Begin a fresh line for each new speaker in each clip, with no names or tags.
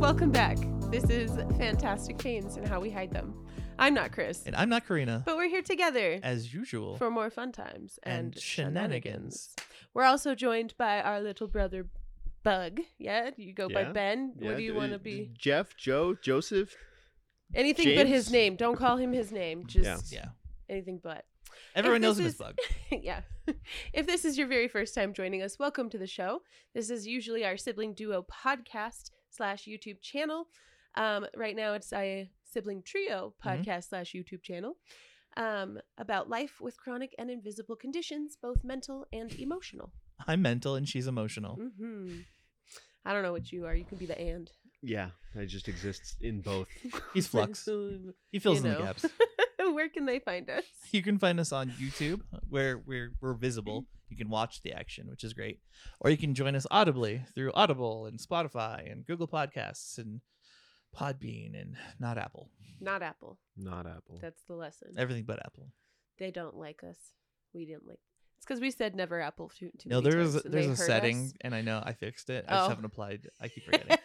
Welcome back. This is Fantastic Pains and How We Hide Them. I'm not Chris,
And I'm not Karina,
but we're here together
as usual.
for more fun times and,
and shenanigans.
shenanigans. We're also joined by our little brother Bug. Yeah, you go by
Yeah,
Ben. what do you
d- uh,
want to
d-
be?
Jeff, Joe, Joseph.
Anything but his
James?
name. Don't call him his name.
Yeah.
Just
Yeah.
anything but.
Everyone knows
this
him as
is-
Bug.
yeah. If this is your very first time joining us, welcome to the show. This is usually our sibling duo podcast slash YouTube channel. Um, right now, it's a sibling trio
Mm-hmm.
podcast slash YouTube channel um, about life with chronic and invisible conditions, both mental and emotional.
I'm mental and she's emotional.
hmm I don't know what you are. You can be the and.
Yeah, I just exists in both.
He's Flux. He fills in
know.
the gaps.
Where can they find us?
You can find us on YouTube where we're, we're visible. You can watch the action, which is great. Or you can join us audibly through Audible and Spotify and Google Podcasts and Podbean and not Apple.
Not Apple.
Not Apple.
That's the lesson.
Everything but Apple.
they don't like us. We didn't like. It's because we said never Apple too. too
No,
many
there's
times, and they
there's a
heard
setting
us.
and I know I fixed it. I
Oh.
just haven't applied. I keep forgetting.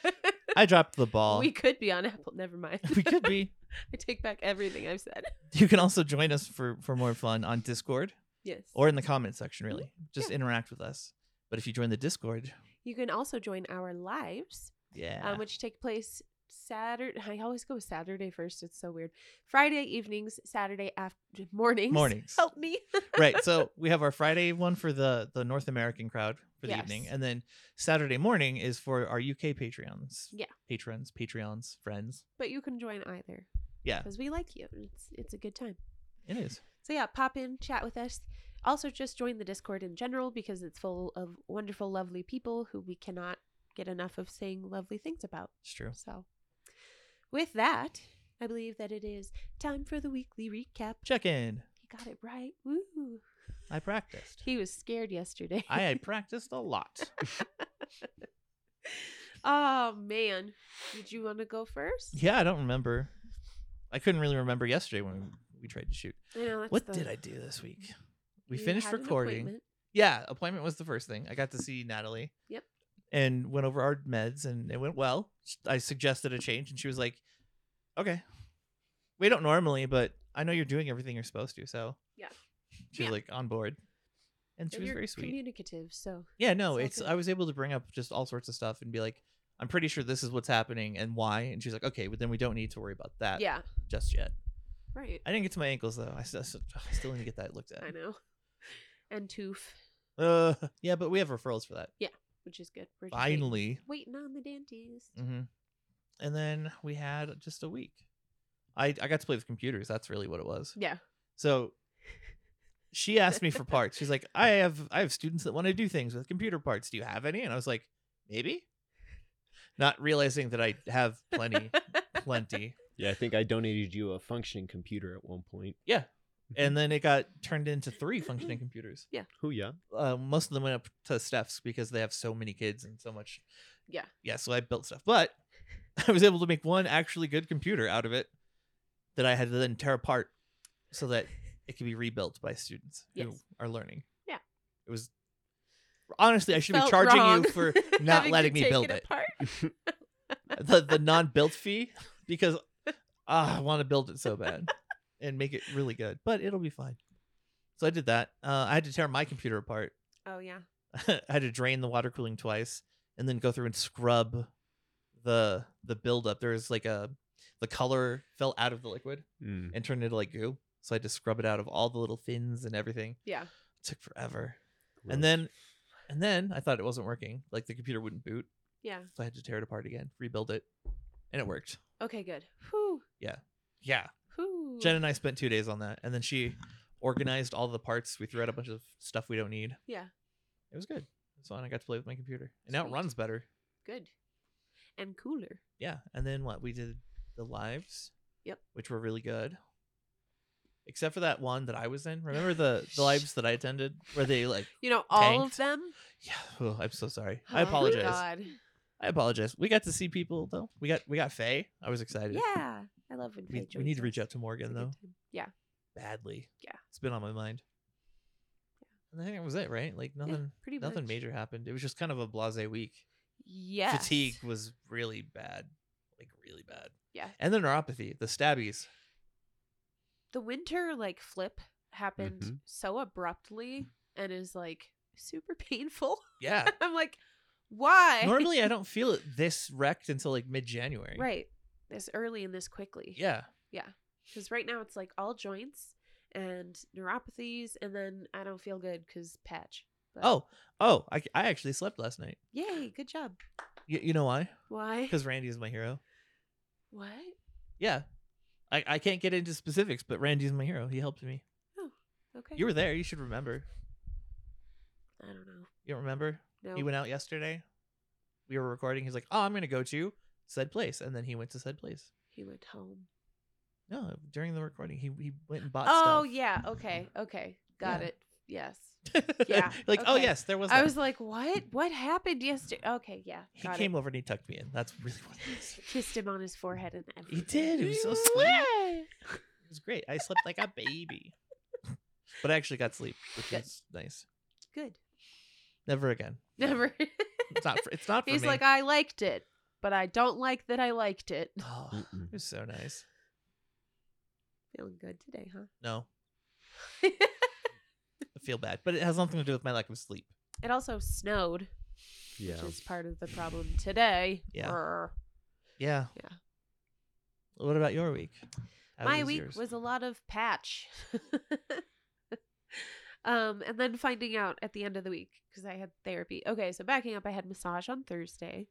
I dropped the ball.
we could be on Apple. Never mind.
we could be.
I take back everything I've said.
You can also join us for for more fun on Discord.
Yes.
or in the comment section
Mm-hmm.
really just interact with us but if you join the discord
you can also join our lives,
yeah
um, which take place Saturday. I always go with Saturday first. It's so weird. Friday evenings, Saturday after mornings.
Mornings.
Help me.
right so we have our friday one for the the north american crowd for the
Yes.
evening and then saturday morning is for our uk patreons
Yeah.
patrons patreons friends
but you can join either
yeah
because we like you. It's it's a good time.
it is
So yeah, pop in, chat with us. Also, just join the Discord in general because it's full of wonderful, lovely people who we cannot get enough of saying lovely things about.
it's true
So, with that, I believe that it is time for the weekly recap.
check in
He got it right. Woo!
i practiced
He was scared yesterday.
i had practiced a lot
oh man, did you want to go first?
yeah i don't remember i couldn't really remember yesterday when we, we tried to shoot
I know, that's
what
the-
did i do this week we
you
finished
had an
recording
appointment.
Yeah, appointment was the first thing. I got to see Natalie.
Yep.
And went over our meds and it went well. I suggested a change and she was like, "Okay. We don't normally, but I know you're doing everything you're supposed to." So
Yeah.
She
Yeah.
was like on board. And she
And
was
you're
very sweet.
communicative, so
yeah, no,
it's
it's
all
I was able to bring up just all sorts of stuff and be like, "I'm pretty sure this is what's happening and why." And she's like, "Okay, but then we don't need to worry about that
yeah,
just yet."
right.
Uh, I uh, didn't get to my ankles though. I still, I still need to get that looked at.
I know. And tooth,
Uh, yeah, but we have referrals for that.
which is good. We're just waiting-
Finally.
waiting on the dentist.
hmm And then we had just a week. I, I got to play with computers. That's really what it was.
Yeah.
So she asked me for parts. She's like, I have I have students that want to do things with computer parts. Do you have any? And I was like, maybe. Not realizing that I have plenty, plenty.
Yeah, I think I donated you a functioning computer at one point.
Yeah. And then it got turned into three functioning computers.
Who? Yeah.
Uh, most of them went up to Steph's because they have so many kids and so much.
Yeah.
Yeah. So I built stuff, but I was able to make one actually good computer out of it that I had to then tear apart so that it could be rebuilt by students who
Yes.
are learning.
Yeah.
It was honestly, I should be
Felt
charging
wrong
you for
having
not
to
letting me
take
build it.
apart.
Mm,
The, the non built fee because ah, I want to build it so bad and make it really good, but it'll be fine. So I did that. Uh, I had to tear my computer apart
Oh yeah,
I had to drain the water cooling twice and then go through and scrub the the buildup. There was like a the color fell out of the liquid
Mm.
and turned into like goo. So I had to scrub it out of all the little fins and everything.
yeah.
It took forever.
Gross.
And then and then I thought it wasn't working. Like the computer wouldn't boot.
Yeah.
So I had to tear it apart again, rebuild it. And it worked.
Okay, good. Whew.
Yeah.
Whew.
Jen and I spent two days on that. And then she organized all the parts. We threw out a bunch of stuff we don't need.
Yeah.
It was good. It's fun. I got to play with my computer. And now it
Sweet.
runs better.
Good. And cooler.
yeah and then what we did the lives
Yep.
which were really good except for that one that i was in remember the the lives that i attended where they like
You know, all
Tanked.
of them.
yeah oh, i'm so sorry i
Oh,
apologize
God.
i apologize we got to see people though we got we got faye i was excited
Yeah, I love when
we,
Faye
we need to
joins
reach
us.
out to morgan
It's a
though
good time. Yeah.
badly
Yeah.
it's been on my mind and i think that was it right like
Yeah,
nothing
pretty
nothing
much.
major happened it was just kind of a blase week
Yes.
fatigue was really bad like really bad.
Yeah.
And the neuropathy, the stabbies.
the winter like flip happened
Mhm.
so abruptly and is like super painful.
Yeah.
I'm like, why?
Normally I don't feel it this wrecked until like mid January.
right this early and this quickly.
Yeah.
because right now it's like all joints and neuropathies, and then I don't feel good because patch. But
Oh, oh, I, I actually slept last night.
yay, good job.
Y- you know why?
Why?
Because Randy is my hero.
What?
Yeah. I, I can't get into specifics, but Randy's my hero. He helped me.
Okay.
You were there. You should remember.
I don't know.
You don't remember?
No.
He went out yesterday. We were recording. He's like, oh, I'm going to go to said place. And then he went to said place.
he went home.
No, during the recording, he, he went and bought
Oh
stuff.
yeah. Okay. Okay. Got
Yeah.
it. Yes. yeah,
like, oh,
okay.
yes, there was.
I
that."
was like, what? What happened yesterday? Okay. Yeah.
he
Got
came
it.
over and he tucked me in. That's really what it is.
Kissed him on his forehead and everything.
He did. He was so sweet.
Yeah.
It was great. I slept like a baby. but I actually got sleep, which
Good.
is nice.
Good.
Never again.
Never.
It's not for, it's not for
He's
me.
like, I liked it, but I don't like that I liked it.
oh,
Mm-mm.
it was so nice.
Feeling good today, huh?
No, I feel bad, but it has nothing to do with my lack of sleep.
it also snowed,
Yeah.
which is part of the problem today.
Yeah.
Brr.
Yeah.
Yeah.
What about your week? How
My
was
week
yours?
was a lot of patch. um, and then finding out at the end of the week because I had therapy. Okay, so backing up, I had massage on Thursday,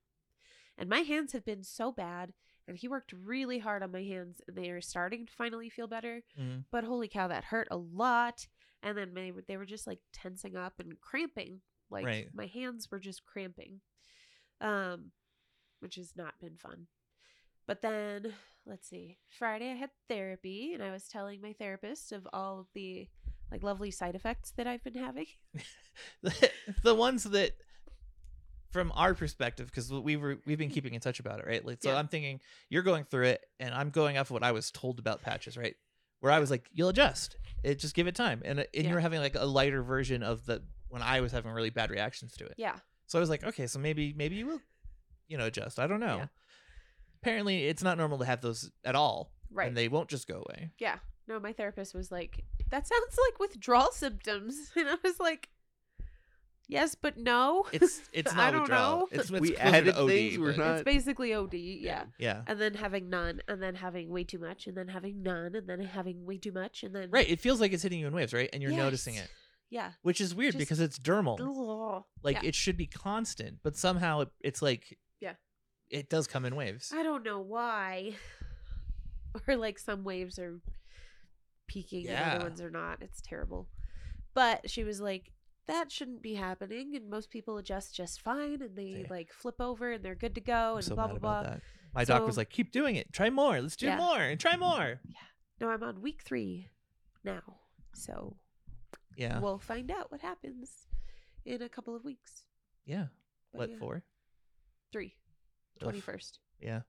and my hands have been so bad. And he worked really hard on my hands, and they are starting to finally feel better.
Mhm.
But holy cow, that hurt a lot. And then they, they were just like tensing up and cramping. Like
Right.
my hands were just cramping, um, which has not been fun. But then let's see friday i had therapy and i was telling my therapist of all of the like lovely side effects that i've been having
the ones that from our perspective because we were we've been keeping in touch about it right like, so
Yeah.
i'm thinking you're going through it and i'm going off what i was told about patches right where i was like you'll adjust it just give it time and uh, and
Yeah.
you're having like a lighter version of the when i was having really bad reactions to it
yeah
so i was like okay so maybe maybe you will you know adjust i don't know
Yeah.
apparently it's not normal to have those at all
right
and they won't just go away
no my therapist was like that sounds like withdrawal symptoms and i was like yes but no
it's it's
I
not
don't
withdrawal.
know.
it's, it's
We
closer
added
to OD,
things, we're
but-
not-
it's basically od yeah.
yeah
and then having none and then having way too much and then having none and then having way too much and then
right it feels like it's hitting you in waves right and you're noticing
Yes.
it
yeah
which is weird
Just-
because it's dermal
Ugh.
like
Yeah.
it should be constant but somehow it, it's like
Yeah.
it does come in waves
I don't know why. Or like some waves are peaking and
Yeah.
other ones are not. It's terrible. But she was like, that shouldn't be happening. And most people adjust just fine and they
Yeah.
like flip over and they're good to go
i'm
and
so
blah,
mad
blah,
about
blah.
that my doc was
So-
like keep doing it try more let's do
Yeah. Mm-hmm.
more and try more
No, I'm on week three now. So
yeah
we'll find out what happens in a couple of weeks.
yeah
But
what
yeah,
for
Three.
Ugh.
21st.
yeah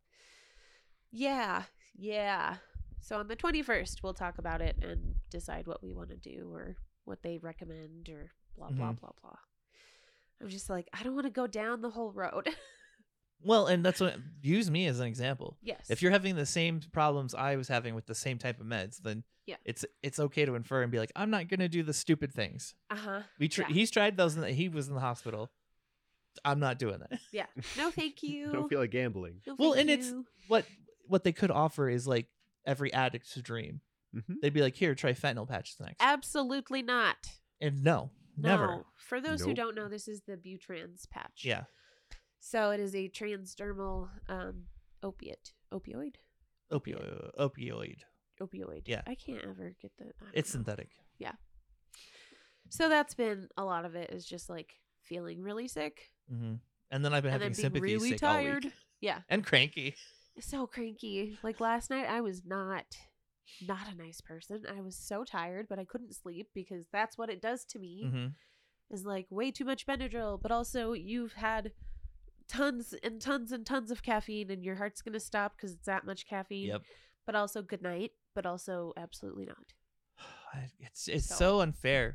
Yeah, yeah. So on the 21st, we'll talk about it and decide what we want to do or what they recommend or blah,
Mm-hmm.
blah, blah, blah. I'm just like, I don't want to go down the whole road.
well and that's what use me as an example
yes.
if you're having the same problems i was having with the same type of meds then
Yeah.
it's it's okay to infer and be like i'm not gonna do the stupid things
Uh huh.
We tr-
Yeah.
he's tried those. And he was in the hospital. I'm not doing that.
Yeah. No, thank you.
I don't feel like gambling.
No,
Well,
thank
and it's-
you.
What what they could offer is like every addict's dream.
Mm-hmm.
They'd be like, here, try fentanyl patches next.
Absolutely not.
and no, never.
No. For those who
Nope.
don't know, this is the Butrans patch.
Yeah,
So it is a transdermal um, opiate. Opioid?
opioid. Opioid.
Opioid.
Yeah.
I can't ever get the. I don't
It's
know.
synthetic.
So that's been a lot of it is just like feeling really sick
hmm And then I've been
and
having
then being
sympathy
really
sick all
tired.
week
Yeah.
and cranky.
So cranky. Like last night I was not not a nice person. I was so tired, but I couldn't sleep because that's what it does to me.
hmm
Is like way too much Benadryl, but also you've had tons and tons and tons of caffeine and your heart's going to stop cuz it's that much caffeine.
Yep.
But also good night, but also absolutely not.
I- It's it's
So-
so, unfair.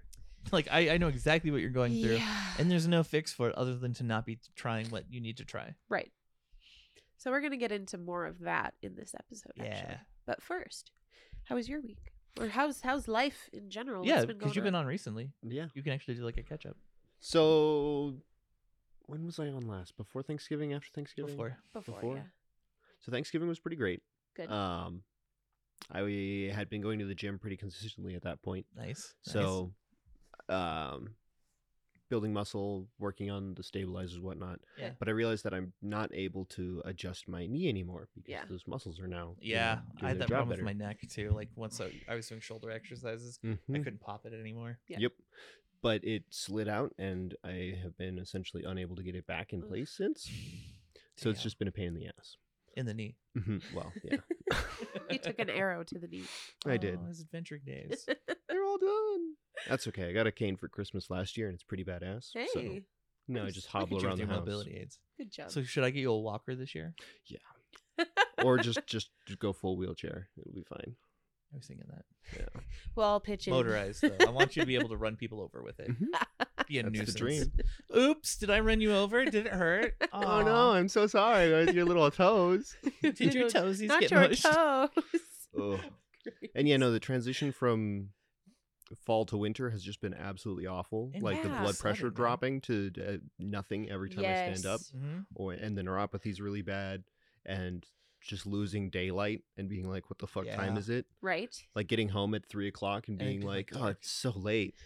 Like I, I know exactly what you're going through,
Yeah.
and there's no fix for it other than to not be trying what you need to try.
Right. So we're going to get into more of that in this episode. Actually.
Yeah.
But first, how was your week? Or how's how's life in general?
Yeah,
What's been
because
going
you've been on recently.
Yeah.
You can actually do like a catch up
So when was I on last? Before Thanksgiving? After Thanksgiving?
before. Uh,
before.
before?
Yeah.
So Thanksgiving was pretty great.
Good.
Um, I had been going to the gym pretty consistently at that point.
Nice. nice.
So, um, building muscle, working on the stabilizers, whatnot.
Yeah.
But I realized that I'm not able to adjust my knee anymore because
Yeah.
those muscles are now. you know,
yeah,
doing
I had
their
that
job
problem with my neck too. Like once I, I was doing shoulder exercises,
better.
I
Mhm.
couldn't pop it anymore.
Yeah.
Yep. But it slid out, and I have been essentially unable to get it back in
Ugh.
place since. So it's
Damn.
just been a pain in the ass.
in the knee.
Mm-hmm.
Mhm. Well, yeah,
you took an arrow to the knee.
I did.
Oh, Those adventuring days.
they're all done. That's okay. I got a cane for Christmas last year, and it's pretty badass.
Hey,
So no, I
Nice.
just
Look at
hobble
you
around
with
the
your
house,
mobility aids.
good job.
So should I get you a walker this year?
or just just just go full wheelchair. It'll be fine.
I was thinking that
well, I'll pitch in.
motorized though. I want you to be able to run people over with it. Be a
Mm-hmm. That's the
nuisance.
dream.
Oops! Did I run you over? Did it hurt?
Oh no, I'm so sorry. with Your little toes.
Did your toesies
Not
get
your
mushed?
toes.
Ugh. And yeah, no, the transition from fall to winter has just been absolutely awful.
And
like the
yeah,
blood pressure
sudden, man.
dropping to uh, nothing every time I stand up,
Yes.
Mhm.
or and the neuropathy's really bad, and just losing daylight and being like, "What the fuck time
Yeah.
is it?"
Right.
Like getting home at three o'clock and
And it
being
being,
like,
like,
"Oh,
dark."
it's so late.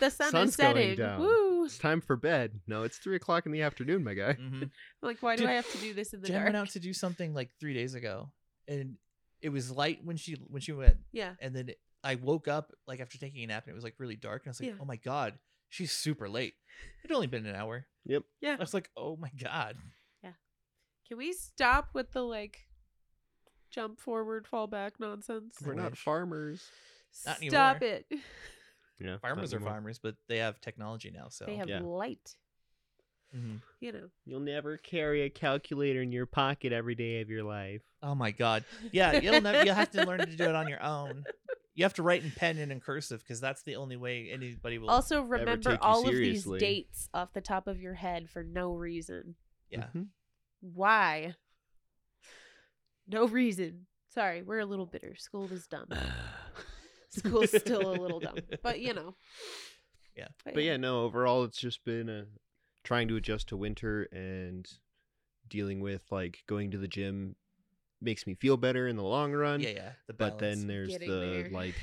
The sun
Sun's
is
going
setting.
down.
Woo!
it's time for bed." No, it's three o'clock in the afternoon, my guy.
Mhm.
Like, why do
Dude,
I have to do this in the
Jen
dark?
went out to do something like three days ago, and it was light when she when she went,
yeah.
and then it- I woke up like after taking a nap, and it was like really dark, and I was like,
Yeah.
"Oh my god, she's super late." It'd only been an hour.
Yep.
Yeah.
I was like, "Oh my god."
Can we stop with the like jump forward, fall back nonsense?
We're
We're
not
not farmers.
Not
Stop it.
Yeah, not
Farmers are
anymore.
farmers, but they have technology now. So
They have
Yeah.
light.
Mhm.
You know.
You'll never carry a calculator in your pocket every day of your life.
oh my god, yeah, you'll never you'll have to learn to do it on your own. You have to write in pen and in cursive because that's the only way anybody will.
Also,
take
remember
you
all of these
seriously.
dates off the top of your head for no reason.
yeah,
Mm-hmm.
Why? No reason. Sorry, we're a little bitter. School was dumb. School's still a little dumb, but you know.
Yeah.
But yeah, no, overall, it's just been uh, trying to adjust to winter and dealing with like going to the gym makes me feel better in the long run.
yeah, yeah. The
But
balance,
then there's
Getting
the
there.
like,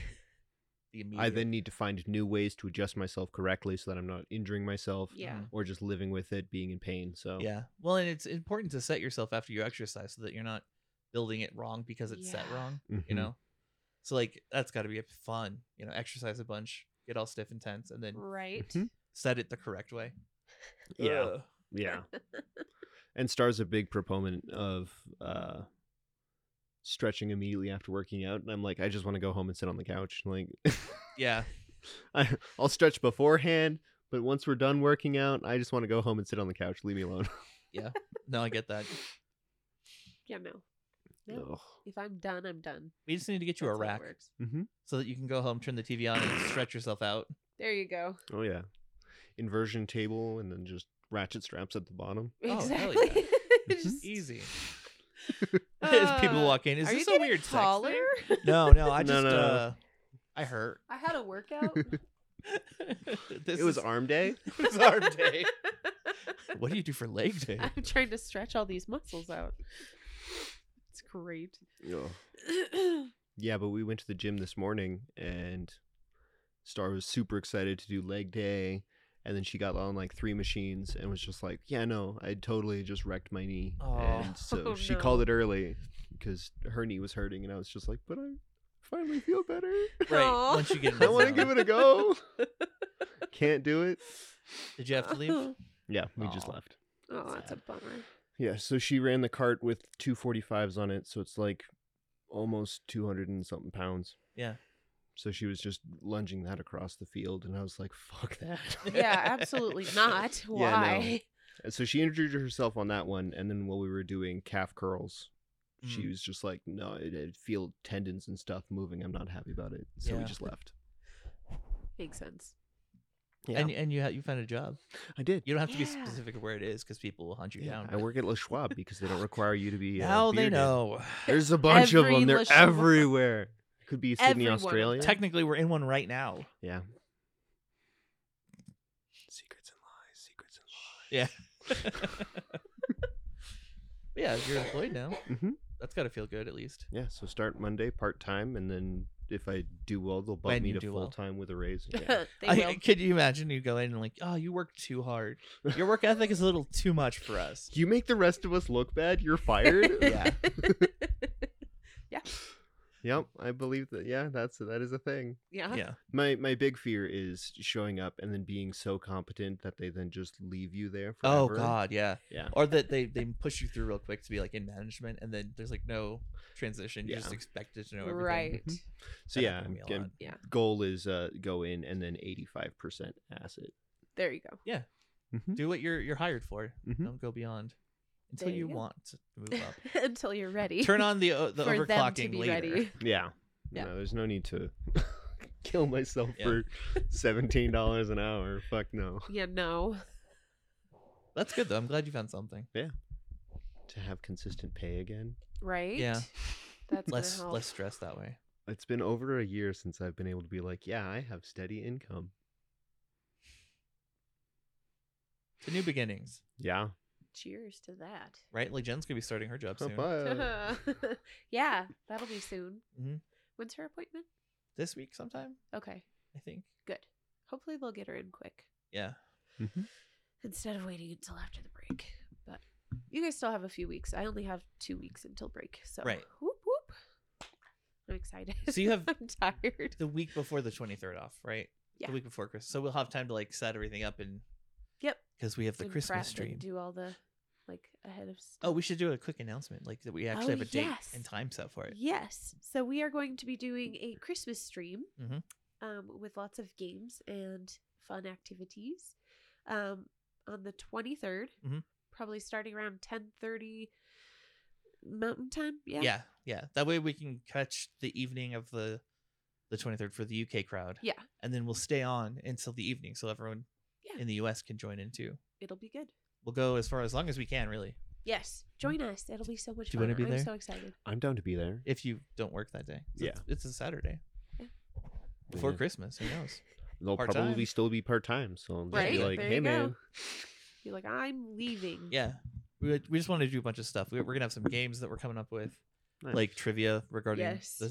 the
I
immediate-
then need to find new ways to adjust myself correctly so that I'm not injuring myself
Yeah.
Mhm.
or just living with it being in pain. So,
Yeah. Well, and it's important to set yourself after you exercise so that you're not building it wrong because it's set
Yeah.
wrong,
Mhm.
you know? So, like, that's got to be fun. You know, exercise a bunch, get all stiff and tense, and then
Right.
Mm-hmm.
Mhm.
set it the correct way.
Yeah.
Ugh.
Yeah. and Star's a big proponent of uh stretching immediately after working out. And I'm like, I just want to go home and sit on the couch. Like
Yeah.
I, I'll stretch beforehand, but once we're done working out, I just want to go home and sit on the couch. Leave me alone.
No, I get that.
Yeah, no. No.
Ugh.
If I'm done, I'm done.
We just need to get you a
That's how it
rack
works.
so that you can go home, turn the TV on, and stretch yourself out.
There you go.
Oh yeah. Inversion table and then just ratchet straps at the bottom.
Oh, hell
exactly.
yeah. Mhm.
Just-
Easy. As people
Uh,
walk in, is
Are you
this a
getting
weird sex thing?"
taller?
No, no, I
No,
just,
no, no.
uh, I hurt.
I had a workout.
This
it was
is-
arm day.
it was arm day. What do you do for leg day?
I'm trying to stretch all these muscles out. It's great.
Ugh. Yeah, but we went to the gym this morning and Star was super excited to do leg day. And then she got on like three machines and was just like, yeah, no, I totally just wrecked my knee.
Oh.
And so
Oh,
she called
no.
it early because her knee was hurting. And I was just like, but I finally feel better.
Right.
Aw.
Once you get in
I
the
want
zone.
to give it a go. Can't do it.
Did you have to leave?
Oh,
Yeah, we just
Aw.
left.
oh, that's a bummer.
Yeah, so she ran the cart with two 45s on it. So it's like almost 200 and something pounds.
Yeah.
So she was just lunging that across the field, and I was like, "Fuck that!"
Yeah, absolutely not.
no.
Why?
And so she injured herself on that one, and then while we were doing calf curls, she
Mm.
was just like, "No, it, it feel tendons and stuff moving. I'm not happy about it." So we
Yeah.
just left.
Makes sense.
Yeah,
Mm. and and you ha- you found a job.
I did.
You don't have to be
Yeah.
specific of where it is because people will hunt you
Yeah,
down.
I work at Le Schwab because they don't require you to be. Uh,
Now they
bearded.
know.
There's a bunch of
Every
them. They're
Le Schwab.
everywhere. Could be
Every
Sydney,
one of
Australia.
them.
Technically, we're in one right now.
yeah. Secrets and lies. Secrets and lies.
Yeah. yeah, you're employed now.
Mhm.
That's got to feel good, at least.
Yeah. So start Monday part time, and then if I do well, they'll bump
When
me
you
to
do
full
well.
time with a raise. Yeah.
they
I,
will.
Could you imagine you go in and like, oh, you work too hard. Your work ethic is a little too much for us.
you make the rest of us look bad. You're fired.
Yeah.
yep. I believe that. Yeah. That's that is a thing.
yeah.
Yeah.
My my big fear is showing up and then being so competent that they then just leave you there. Forever.
Oh God, yeah.
Yeah.
Or that they they push you through real quick to be like in management, and then there's like no transition. You're just
Yeah.
expected to know everything. Mm-hmm.
Right.
Mhm. So
That
yeah,
happened to me a
I'm-
lot.
Yeah.
goal is uh go in and then 85% acid.
There you go.
Do what you're you're hired for.
Mhm.
Don't go beyond until
There
you,
you go.
want to move up.
Until you're ready.
Turn on the o- the
for them
overclocking
to be
later.
ready.
Yeah.
Yeah.
No, there's no need to kill myself
Yeah.
for $17 an hour. Fuck no.
Yeah, no.
That's good though. I'm glad you found something.
To have consistent pay again.
Right?
Yeah.
That's gonna
Less
help.
less stress that way.
It's been over a year since I've been able to be like, yeah, I have steady income.
The new beginnings,
Yeah.
Cheers to that.
right? Like Jen's gonna be starting her job
How
soon
about-
yeah, that'll be soon.
Mhm.
When's her appointment?
this week sometime,
Okay,
I think.
good. Hopefully they'll get her in quick
Yeah.
Mhm.
instead of waiting until after the break. But you guys still have a few weeks. I only have two weeks until break. So
Right.
whoop whoop. I'm excited.
So you have
I'm tired.
the week before the 23rd off, right?
Yeah.
The week before Christmas. So we'll have time to like set everything up and
Yep.
because we have the
And
Christmas
prep and
stream.
Do all the like ahead of stuff.
Oh, we should do a quick announcement, like that we actually
Oh,
have a date
yes.
and time set for it.
Yes. So we are going to be doing a Christmas stream
Mhm.
um, with lots of games and fun activities um, on the 23rd,
Mhm.
probably starting around 10.30 Mountain Time. Yeah.
Yeah. yeah, That way we can catch the evening of the the 23rd for the UK crowd,
Yeah.
and then we'll stay on until the evening, so everyone
Yeah.
in the US can join in too.
It'll be good.
We'll go as far as long as we can, really,
Yes. Join us. It'll be so much
Do you
fun.
wanna be
I'm
there?
so excited.
I'm down to be there.
if you don't work that day. So
Yeah.
it's- it's a Saturday
Yeah.
before
Yeah.
Christmas. Who knows?
They'll
Part-time.
probably still be part time. So I'll just be
Right,
like,
there
hey,
you go.
man.
You're like, I'm leaving.
Yeah. We, would- we just want to do a bunch of stuff. We, we're going to have some games that we're coming up with,
Nice.
like trivia regarding
Yes.
the.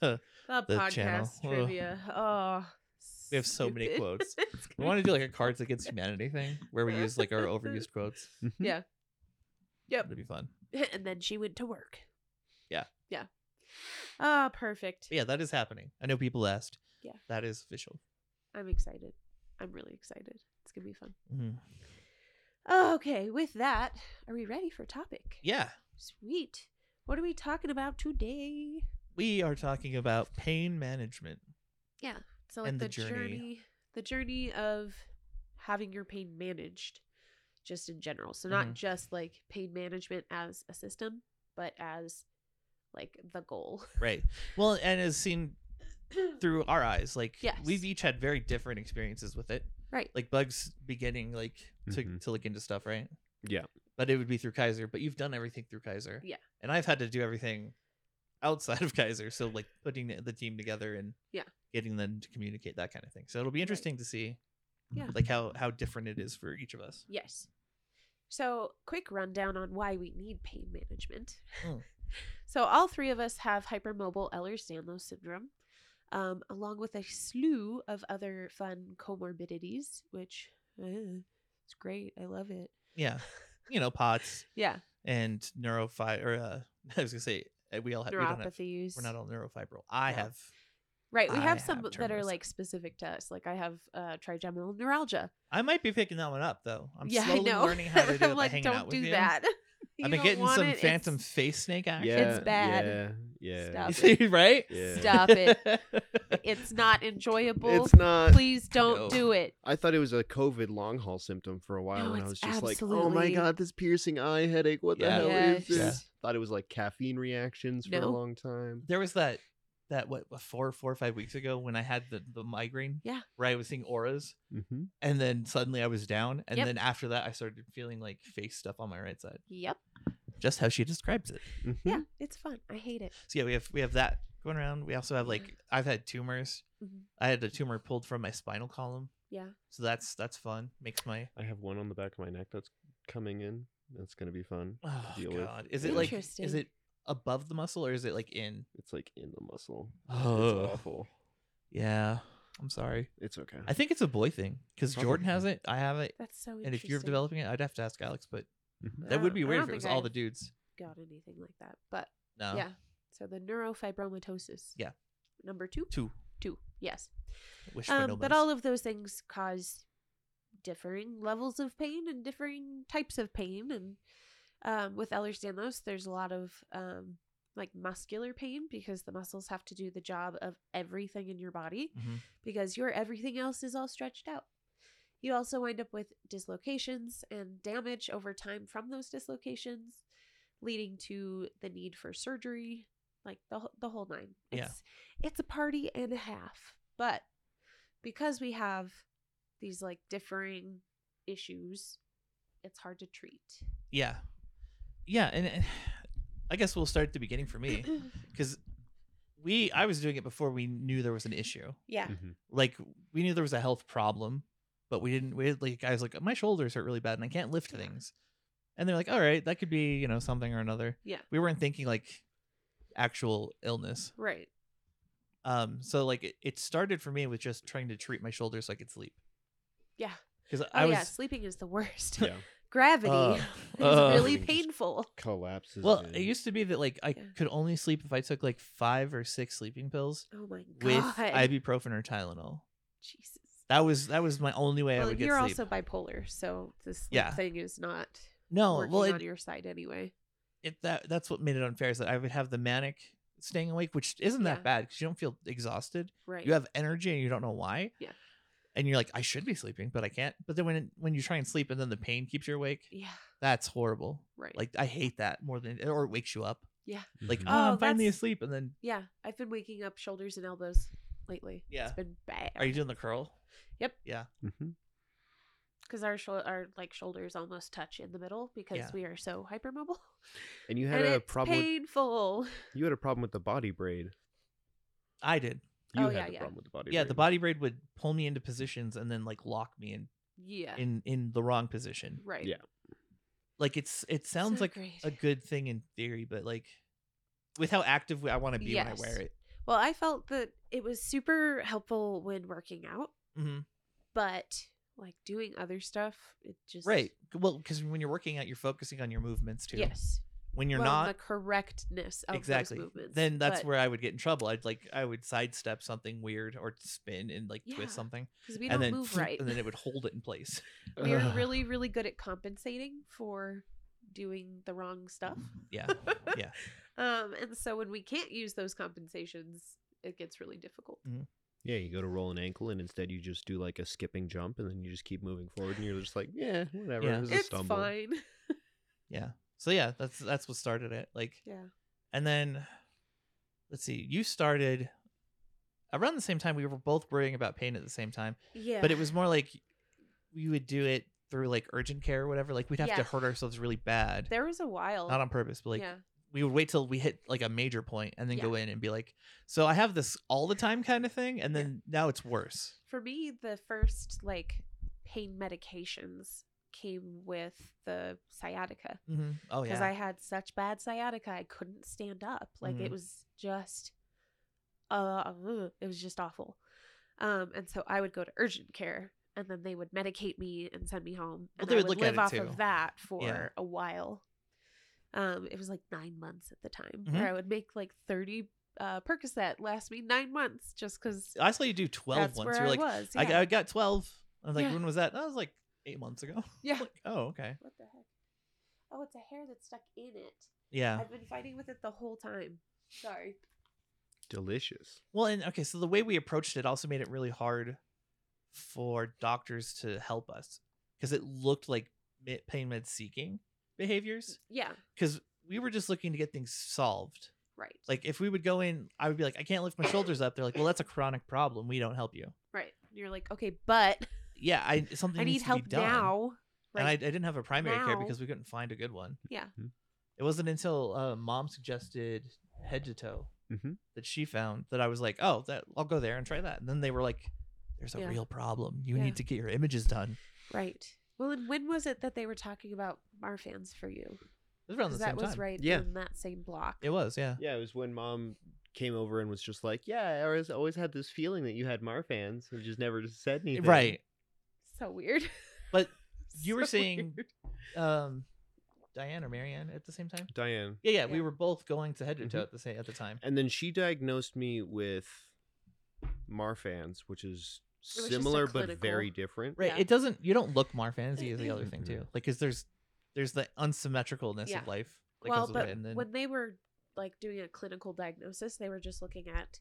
The,
The
podcast
channel. Ugh.
trivia. Oh.
We have so many
stupid.
quotes.
It's
We
gonna
want to
be-
do like a Cards Against Humanity thing where we use like our overused quotes.
Mhm.
Yeah. Yep.
It'd be fun.
and then she went to work.
Yeah.
Yeah. Ah, perfect.
But yeah, that is happening. I know people asked.
Yeah.
That is official.
I'm excited. I'm really excited. It's gonna be fun.
Mhm.
Okay, with that, are we ready for topic?
Yeah.
Sweet. What are we talking about today?
We are talking about pain management.
Yeah. So like
And
the,
the
journey.
journey.
the journey of having your pain managed, just in general. So not
Mhm.
just like pain management as a system, but as like the goal.
Right. Well, and as seen through our eyes, like
Yes.
we've each had very different experiences with it.
right.
Like Bugs beginning like to,
Mhm.
to look into stuff, right?
Yeah.
But it would be through Kaiser. But you've done everything through Kaiser.
Yeah.
And I've had to do everything outside of Kaiser. So like putting the- the team together and
Yeah.
getting them to communicate that kind of thing. So it'll be interesting to see
Yeah.
like how how different it is for each of us.
Yes. So, quick rundown on why we need pain management.
Mm.
so, all three of us have hypermobile Ehlers Danlos syndrome, um, along with a slew of other fun comorbidities, which uh, it's great. I love it.
Yeah. You know, POTS
Yeah.
and neurofi or uh, I was gonna say uh, we all have, we don't have
Neuropathies.
we're not all neurofibril. I
No.
have
right. We
I
have some
have
that are
terminus.
like specific to us. Like, I have uh, trigeminal neuralgia.
I might be picking that one up though. I'm
yeah,
slowly
I know.
learning how to do it
I'm
by
like,
hanging
don't
out with
do
you.
that. You
I've been
don't
getting
want
some
it. It's-
phantom face snake action.
mm-hmm. Yeah.
bad.
Yeah. Yeah.
Stop
See, right?
Yeah.
Stop it. It's not enjoyable.
It's not.
Please don't
No.
do it.
I thought it was a COVID long haul symptom for a while,
No,
and I was
it's
just like, "Oh my
absolutely-
god, this piercing eye headache! What the
Yeah.
hell
Yes.
is this?"
Yeah.
Thought it was like caffeine reactions for
No.
a long time.
there was that that what what, four four or five weeks ago when I had the the migraine.
Yeah.
Where I was seeing auras,
Mm-hmm.
and then suddenly I was down, and
Yep.
then after that I started feeling like face stuff on my right side,
Yep.
just how she describes it.
Yeah, it's fun. I hate it.
So yeah, we have we have that going around. We also have like I've had tumors.
Mhm.
I had a tumor pulled from my spinal column,
Yeah.
so that's that's fun. Makes my
I have one on the back of my neck that's coming in. That's gonna be fun.
oh
deal with.
god, is it like
Interesting.
is it above the muscle or is it like in?
It's like in the muscle.
Ugh.
It's awful.
Yeah, I'm sorry.
It's okay.
I think it's a boy thing because
Probably.
Jordan has it, I have it,
That's so
and if you're
interesting.
developing it, I'd have to ask Alex. But
Mhm.
I
that would
don't-
be
I
weird
don't
if it was
think
all
I've
the dudes.
got anything like that. But
No.
yeah. So the neurofibromatosis.
Uh. Yeah.
Number two.
Two.
Two. Yes.
Wish for no
Um, but
mess.
all of those things cause differing levels of pain and differing types of pain. And um, with Ehlers-Danlos, there's a lot of um, like muscular pain because the muscles have to do the job of everything in your body
Mhm.
because your everything else is all stretched out. You also wind up with dislocations and damage over time from those dislocations, leading to the need for surgery, like the wh- the whole nine.
Yeah.
It's it's a party and a half. But because we have these like differing issues, it's hard to treat.
yeah, yeah, and and I guess we'll start at the beginning for me because we I was doing it before we knew there was an issue.
yeah.
Mhm.
Like we knew there was a health problem, but we didn't. We had, like I was like my shoulders hurt really bad and I can't lift
Yeah.
things, and they're like, all right, that could be you know something or another.
Yeah.
we weren't thinking like actual illness.
Right.
Um, so like it, it started for me with just trying to treat my shoulders like it's sleep.
Yeah.
Because
Oh
I was
yeah, sleeping is the worst.
Yeah.
Gravity
Uh,
is
uh.
really
Everything just-
painful.
Collapses.
well,
in.
it used to be that like I
Yeah.
could only sleep if I took like five or six sleeping pills
Oh my god.
with ibuprofen or Tylenol.
Jesus.
That was that was my only way I
Well,
would get
you're
sleep.
also bipolar, so this
Yeah.
thing is not
no,
working
well
on
it,
your side anyway.
it that that's what made it unfair is that I would have the manic staying awake, which isn't
Yeah.
that bad because you don't feel exhausted.
Right.
you have energy and you don't know why.
Yeah.
And you're like, I should be sleeping, but I can't. But then when it, when you try and sleep and then the pain keeps you awake,
yeah.
that's horrible.
Right.
Like I hate that more than or it wakes you up. Like,
Mhm.
oh,
Oh,
I'm finally
that's-
asleep, and then
yeah, I've been waking up shoulders and elbows lately.
Yeah.
It's been bad.
are you doing the curl?
Mhm.
Because our shou- our like shoulders almost touch in the middle because
Yeah.
we are so hypermobile.
And you had
And
a
it's
problem. With,
painful.
you had a problem with the body braid.
I did.
You
Oh,
had
yeah,
a
yeah.
problem with the body.
Yeah,
braid.
the body braid would pull me into positions and then like lock me in
Yeah.
in in the wrong position.
right.
Yeah.
Like it's it sounds
So
like
great.
a good thing in theory, but like with how active I want to be when I
Yes.
wear it.
Well, I felt that it was super helpful when working out,
hmm
but like doing other stuff, it just
Right. Well, because when you're working out, you're focusing on your movements too.
Yes.
When you're
well, the
not
correctness of
exactly,
those movements.
then that's
but-
where I would get in trouble. I'd like I would sidestep something weird or spin and like
Yeah.
twist something,
'cause we
and
don't
then
move
flip,
right.
and then it would hold it in place.
we are
Ugh.
really, really good at compensating for doing the wrong stuff.
Yeah. Yeah.
Um, and so when we can't use those compensations, it gets really difficult.
Yeah, you go to roll an ankle, and instead you just do like a skipping jump, and then you just keep moving forward, and you're just like, yeah, whatever.
Yeah.
It was a
It's
stumble.
fine.
Yeah. So yeah, that's that's what started it. Like
Yeah.
and then let's see, you started around the same time we were both worrying about pain at the same time.
Yeah.
But it was more like we would do it through like urgent care or whatever. Like we'd have
Yeah.
to hurt ourselves really bad.
there was a while.
not on purpose, but like
yeah.
we would wait till we hit like a major point and then go in and be like, so I have this all the time kind of thing, and then now it's worse.
For me, the first like pain medications came with the sciatica
Mm-hmm. Oh
because
yeah,
I had such bad sciatica I couldn't stand up. Like
Mhm.
it was just, uh, ugh, it was just awful. Um, and so I would go to urgent care, and then they would medicate me and send me home,
Well,
and
they
I
would
would
look
live
at it,
off
too.
of that for
Yeah.
a while. Um, it was like nine months at the time,
Mhm.
where I would make like thirty uh, Percocet last me nine months just because
I saw you do twelve
that's
once.
where
You're
I
like,
was.
I,
yeah.
I got twelve. I was like,
Yeah.
when was that? That was like eight months ago.
Yeah.
Like, oh okay,
What the heck? Oh, it's a hair that's stuck in it.
yeah.
I've been fighting with it the whole time. Sorry.
Delicious.
Well, and okay, so the way we approached it also made it really hard for doctors to help us because it looked like mi- pain med seeking behaviors
Yeah.
because we were just looking to get things solved.
Right.
Like if we would go in, I would be like, I can't lift my shoulders up. They're like, well, that's a chronic problem. We don't help you.
right. You're like, okay, but
Yeah, I something
I need
needs to
help
be done.
now.
And I, I
Right.
didn't have a primary care
Now.
because we couldn't find a good one.
Yeah.
Mhm.
It wasn't until uh, mom suggested head to toe
Mm-hmm.
Mhm.
that she found that I was like, oh, that I'll go there and try that. And then they were like, there's a
Yeah.
real problem. You
Yeah.
need to get your images done.
Right. Well, and when was it that they were talking about Marfan's for you?
It was around
'Cause
the
that
same
was
time.
right
Yeah.
in that same block.
It was, yeah.
Yeah, it was when mom came over and was just like, "Yeah, I always always had this feeling that you had Marfans and just never just said anything."
Right.
So weird.
But you were
So
saying-
weird.
Um, Diane or Marianne at the same time.
Diane.
Yeah, yeah, we
Yeah.
were both going to head to
Mm-hmm.
toe
Mhm.
at the same at the time.
And then she diagnosed me with Marfans, which is
was just a
similar but
clinical-
very different.
Right.
Yeah.
It doesn't. You don't look Marfan's is the other thing
Mhm.
too. Like, cause there's there's the unsymmetricalness
Yeah.
of life. That
well,
comes with
but
it, and then,
when they were like doing a clinical diagnosis, they were just looking at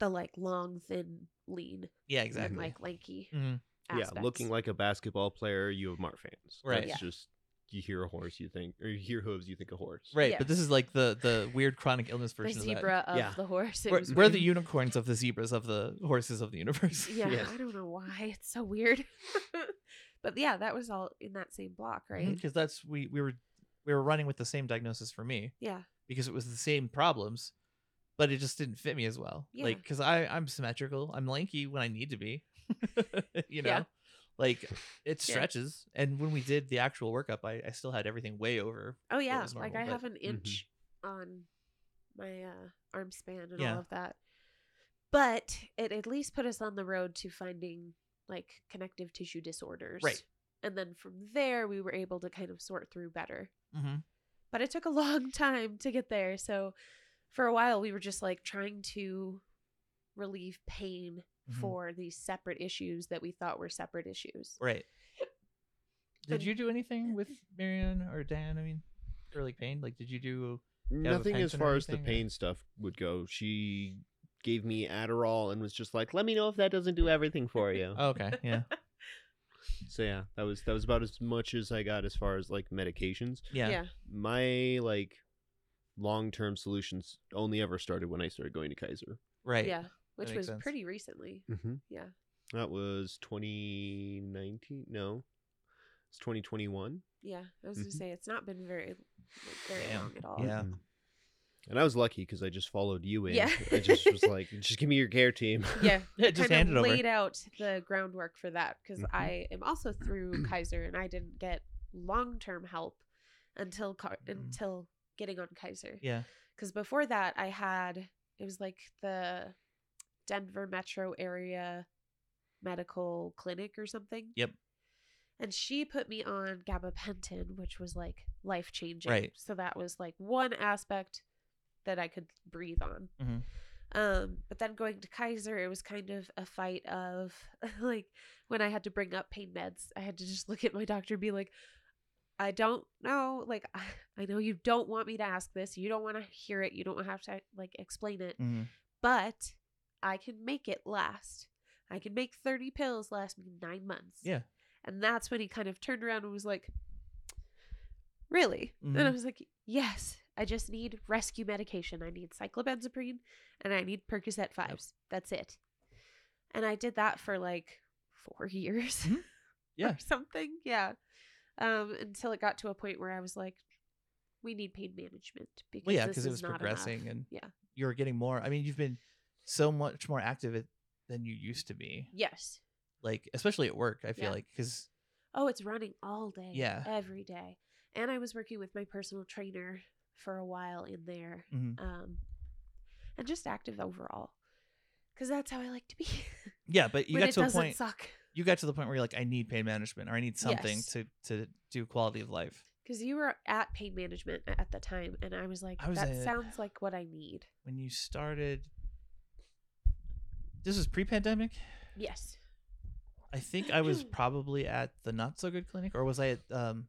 the like long, thin, lean,
yeah,
and
exactly.
like lanky.
Mhm.
Aspects.
Yeah, looking like a basketball player, you have Marfans.
Right.
That's
Yeah.
just you hear a horse, you think, or you hear hooves, you think a horse.
Right,
Yeah.
but this is like the the weird chronic illness
the
version of
zebra of,
Yeah.
the horse.
that.
It
We're,
was
we're the
weird.
unicorns of the zebras of the horses of the universe.
Yeah,
Yes.
I don't know why it's so weird. but yeah, that was all in that same block, right?
Because that's we we were we were running with the same diagnosis for me
Yeah,
because it was the same problems, but it just didn't fit me as well.
Yeah.
Like because I I'm symmetrical, I'm lanky when I need to be, you know.
Yeah.
Like it
Yeah.
stretches, and when we did the actual workup, I, I still had everything way over.
Oh yeah,
was
like I
normal, but-
have an inch on my uh, arm span and
Yeah.
all of that. But it at least put us on the road to finding like connective tissue disorders.
Right.
And then from there we were able to kind of sort through better.
Mm-hmm.
But it took a long time to get there. So for a while we were just like trying to relieve pain
Mhm.
for these separate issues that we thought were separate issues.
Right. Did
And-
you do anything with Marion or Dan? I mean, for like pain, like did you do? have a
Nothing as
pension or
far as the
anything, or-
pain stuff would go. She gave me Adderall and was just like, "Let me know if that doesn't do everything for you."
Oh, okay, yeah,
So yeah, that was that was about as much as I got as far as like medications.
yeah.
My like long-term solutions only ever started when I started going to Kaiser.
Yeah.
Right.
yeah. Which
makes
was
sense.
pretty recently.
Mm-hmm.
Yeah.
That was 2019. No, it's 2021.
Yeah, I was gonna
Mhm.
say it's not been very like, very
Mm-hmm. Damn.
long at all.
Yeah.
Mm. And I was lucky because I just followed you in.
Yeah.
I just was like, just give me your care team.
yeah.
Yeah, just
kind
hand it
of
over. Mm-hmm.
laid out the groundwork for that because
Mhm.
I am also through Kaiser and I didn't get long term help until car-
Mm.
until getting on Kaiser.
Yeah.
Because before that, I had it was like the Denver metro area medical clinic or something.
Yep.
And she put me on gabapentin, which was like life changing.
Right.
So that was like one aspect that I could breathe on.
Mhm.
Um, but then going to Kaiser, it was kind of a fight of like when I had to bring up pain meds, I had to just look at my doctor and be like, I don't know. Like, I, I know you don't want me to ask this. You don't want to hear it. You don't have to like explain it,
Mhm.
but I can make it last. I can make 30 pills last me nine months.
Yeah.
And that's when he kind of turned around and was like, Really? And I
Mhm.
was like, Yes, I just need rescue medication. I need cyclobenzaprine and I need Percocet 5s. That's it. And I did that for like four years
Mhm. Yeah.
or something. Yeah. Um, until it got to a point where I was like, we need pain management because
Well, yeah,
this
because it
is
was
not enough."
progressing, and
Yeah.
you were getting more. I mean, you've been so much more active at, than you used to be.
Yes.
Like, especially at work, I feel
Yeah.
like because
Oh, it's running all day.
Yeah.
Every day. And I was working with my personal trainer for a while in there.
Mhm.
Um, and just active overall. Because that's how I like to be.
yeah, but you
when
got
it
to a
doesn't
point.
suck.
You got to the point where you're like, I need pain management, or I need something
Yes.
to to do quality of life.
Because you were at pain management a- at the time. And I was like,
I was
that
at-
sounds like what I need.
When you started, this was pre-pandemic.
Yes.
I think I was
Mm-hmm.
probably at the not so good clinic, or was I at um,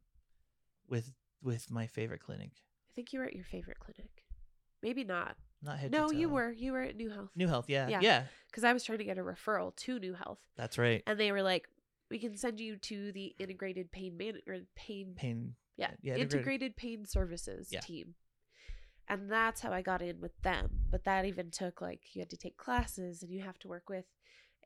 with with my favorite clinic?
I think you were at your favorite clinic. Maybe not.
Not head. to
No, you
Toe.
were. You were at New Health.
New Health. Yeah.
Yeah.
yeah,
Because I was trying to get a referral to New Health.
that's right.
And they were like, we can send you to the integrated pain man or pain
Pain.
Yeah.
Yeah,
integrated, pain services
Yeah.
team. And that's how I got in with them. But that even took like you had to take classes and you have to work with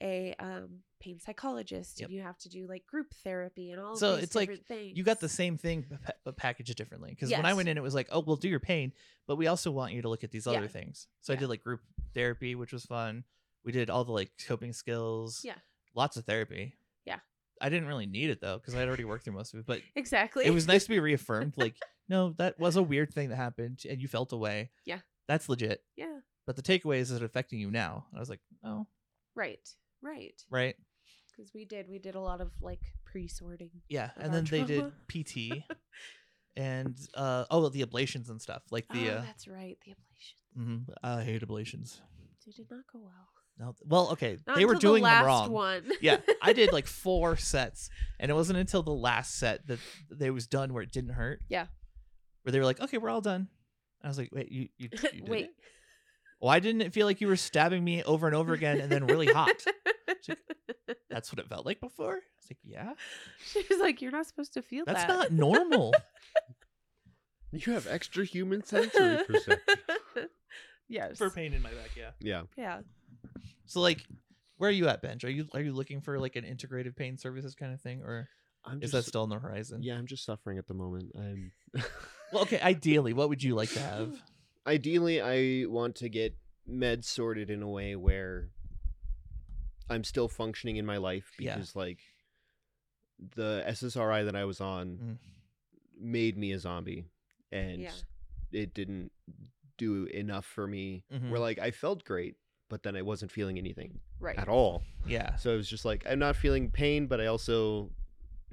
a um, pain psychologist
Yep.
and you have to do like group therapy and all
So
of these
it's like,
different things.
You got the same thing, but pa- but packaged differently. Because when I
Yes.
went in, it was like, oh, we'll do your pain, but we also want you to look at these other
Yeah.
things. So I
Yeah.
did like group therapy, which was fun. We did all the like coping skills.
Yeah.
Lots of therapy.
Yeah.
I didn't really need it though, because I'd already worked through most of it. But
exactly.
it was nice to be reaffirmed. Like, no, that was a weird thing that happened, and you felt away.
Yeah.
That's legit.
yeah,
But the takeaway is, is it affecting you now? And I was like, oh,
right, right.
right.
Because we did we did a lot of like pre-sorting.
Yeah,
of
and
our
then they did
trauma.
PT and uh oh the ablations and stuff like the
oh,
uh,
that's right, the ablation.
mhm, I hate ablations.
It did not go well.
No, well, okay,
Not
they were
until
doing
the last
them wrong.
One.
yeah, I did like four sets, and it wasn't until the last set that they was done where it didn't hurt.
Yeah.
where they were like, okay, we're all done. I was like, wait, you you, you did
Wait.
It? Why didn't it feel like you were stabbing me over and over again and then really hot? That's what it felt like before. I was like, yeah,
She was like, "You're not supposed to feel
that's
that."
not normal.
You have extra human sensory perception.
yes.
pain in my back, yeah.
Yeah.
yeah.
So like where are you at, Benj? Are you are you looking for like an integrative pain services kind of thing or
I'm
is that still on the horizon?
Yeah, I'm just suffering at the moment. I'm
Well, okay, ideally, what would you like to have?
ideally I want to get meds sorted in a way where I'm still functioning in my life
Yeah.
because like the SSRI that I was on
Mm.
made me a zombie and
Yeah.
it didn't do enough for me
Mhm.
where like I felt great but then I wasn't feeling anything
Right.
at all.
Yeah.
So it was just like I'm not feeling pain but I also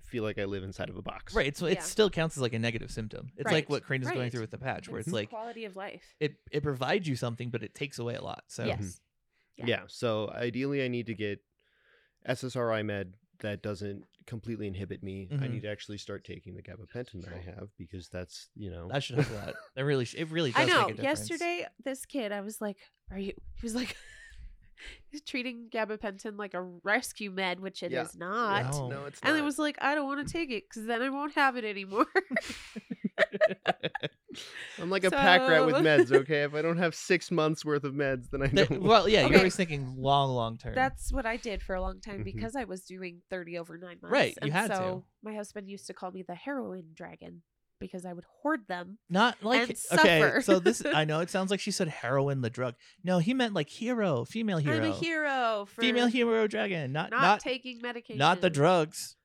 feel like I live inside of a box.
Right. So it
Yeah.
still counts as like a negative symptom. It's
Right,
like what Crane is going
right.
through with the patch where it's like
quality of life.
it it provides you something but it takes away a lot. So
yes.
Yeah.
Yeah.
So ideally, I need to get SSRI med that doesn't completely inhibit me. I
Mhm.
Mm-hmm.
need to actually start taking the gabapentin that I have because that's you know
that should help with that. That really sh- it really does
I know.
make a difference.
Yesterday, this kid, I was like, "Are you?" He was like, "He's treating gabapentin like a rescue med, which it is
Yeah.
not."
Yeah.
No,
No. Mm-hmm.
it's
And
not.
it was like, "I don't want to take it because then I won't have it anymore."
I'm like a pack rat with
So-
meds. Okay, if I don't have six months worth of meds, then I
That-
don't.
well, yeah,
Okay.
you're always thinking long, long term.
That's what I did for a long time
Mhm.
because I was doing thirty over nine months.
Mm-hmm. Right, you
and
had
so My husband used to call me the heroin dragon because I would hoard them.
Not like
and suffer.
okay. So this I know it sounds like she said heroin the drug. No, he meant like hero, female hero.
I'm a hero for
female hero dragon, not
not,
not
taking medication.
not the drugs.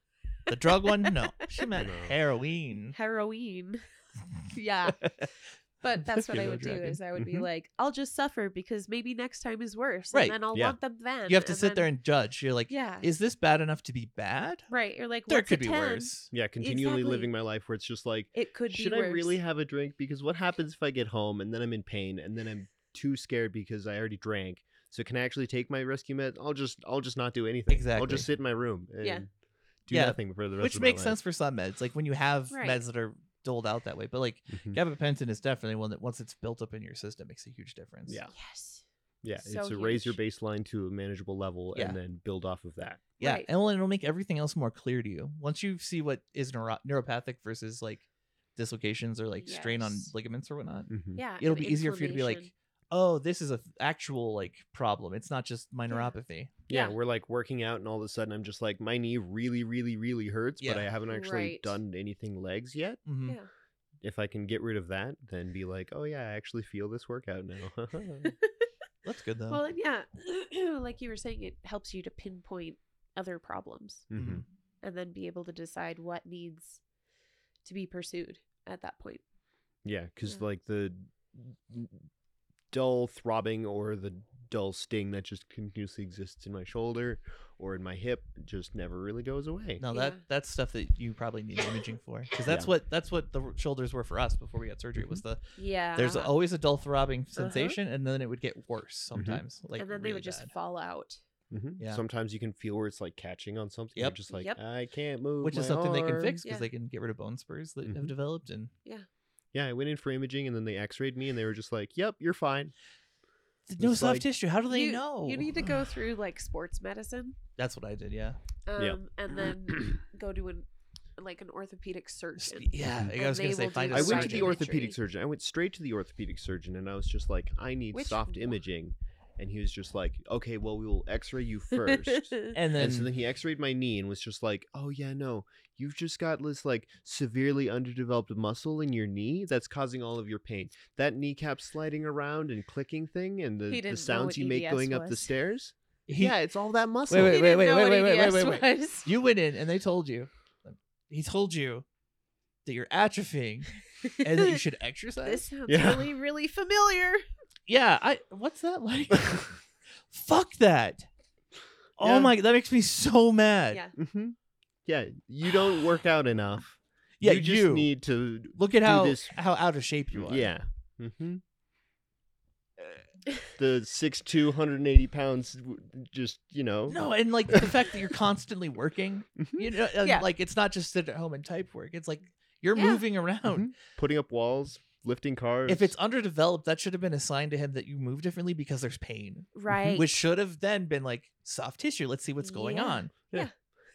The drug one, no. She meant
No.
heroin.
heroin. yeah. But that's what I
Female
would do
dragon. Mm-hmm.
is I would be
Mhm.
like, I'll just suffer because maybe next time is worse.
Right,
And then I'll
yeah.
want them then.
You have to
and
sit there
then-
and judge. You're like,
Yeah.
is this bad enough to be bad?
right. You're like,
There
"What's a
could be
10?"
worse.
yeah, continually
Exactly.
living my life where it's just like,
It could
should
be
I
worse.
really have a drink? Because what happens if I get home and then I'm in pain and then I'm too scared because I already drank. So can I actually take my rescue med? I'll just I'll just not do anything. I'll
Exactly.
just sit in my room and
Yeah.
do
Yeah.
nothing for the rest
Which
of
makes
my life.
sense for some meds. Like when you have
Right.
meds that are doled out that way. But like
Mhm.
gabapentin is definitely one that once it's built up in your system makes a huge difference.
Yeah.
Yes.
Yeah,
So
it's to raise your
huge.
baseline to a manageable level
Yeah.
and then build off of that.
Yeah,
Right.
and well, it'll make everything else more clear to you once you see what is neuro- neuropathic versus like dislocations or like strain on
Yes.
ligaments or whatnot.
Mm-hmm.
Yeah.
Mm. It'll
and
be easier for you to be like,
inflammation.
oh, this is a th- actual like problem. It's not just my
Yeah.
neuropathy.
Yeah,
Yeah.
we're like working out, and all of a sudden, I'm just like, my knee really, really, really hurts, but
Yeah.
I haven't actually
Right.
done anything legs yet.
Mhm.
Yeah.
If I can get rid of that, then be like, oh yeah, I actually feel this workout now.
That's good though.
Well, and yeah. like you were saying, it helps you to pinpoint other problems
Mhm.
Mhm.
and then be able to decide what needs to be pursued at that point.
Yeah, because
Yeah.
like the dull throbbing or the dull sting that just continuously exists in my shoulder or in my hip just never really goes away.
No, that
Yeah.
that's stuff that you probably need imaging for because that's
Yeah. Mm-hmm.
what that's what the r- shoulders were for us before we got surgery. Was the
Yeah.
there's always a dull throbbing sensation and then it would get worse
Mm-hmm.
sometimes. Like
Uh-huh. and then
really
they would just
bad.
fall out.
Mhm.
Yeah.
Sometimes you can feel where it's like catching on something. You're
Yep.
just like
Yep.
I can't move.
which is
my
something they can
arm."
fix because
Yeah.
they can get rid of bone spurs that have
Mhm.
developed and
Yeah, I went in for imaging and then they x-rayed me and they were just like, "Yep, you're fine."
no
It's
soft
like-
tissue. How do they
you,
know?
You need to go through like sports medicine,
That's what I did. Yeah.
um,
Yeah.
and then go to an like an orthopedic surgeon.
Yeah, I
And
was gonna
they
say
will
find
do
a
I went to
surgeon
the
surgeon.
orthopedic
injury.
surgeon. I went straight to the orthopedic surgeon and I was just like, I need
Which
soft
one?
imaging. And he was just like, okay, well, we will x ray you first.
and then,
and so then he x rayed my knee and was just like, oh, yeah, no, you've just got this like severely underdeveloped muscle in your knee that's causing all of your pain. That kneecap sliding around and clicking thing and
He
the,
didn't know
the sounds
what
you make
EDS
going
E
up the
was.
stairs.
he-
yeah, it's all that muscle.
wait,
He
wait,
didn't know
wait,
what
wait, wait,
EDS
wait, wait,
was.
you went in and they told you, he told you that you're atrophying and that you should Mm-hmm. exercise.
this sounds
Yeah.
really, really familiar.
yeah, I what's that like? Fuck that.
Yeah.
Oh my, that makes me so mad.
Yeah.
Mhm. Yeah, you don't work out enough.
Yeah,
you just
you.
need to.
Look at
Do
how
this-
how out of shape you are.
Yeah. Mm-hmm. The six two hundred and eighty pounds, w- just you know.
No, and like the fact that you're constantly working,
Mhm.
you know, and,
Yeah.
like it's not just sit at home and type work. It's like you're
Yeah.
moving around.
Mhm. Putting up walls, lifting cars.
If it's underdeveloped, that should have been a sign to him that you move differently because there's pain,
Right.
which should have then been like soft tissue. Let's see what's going
Yeah.
on.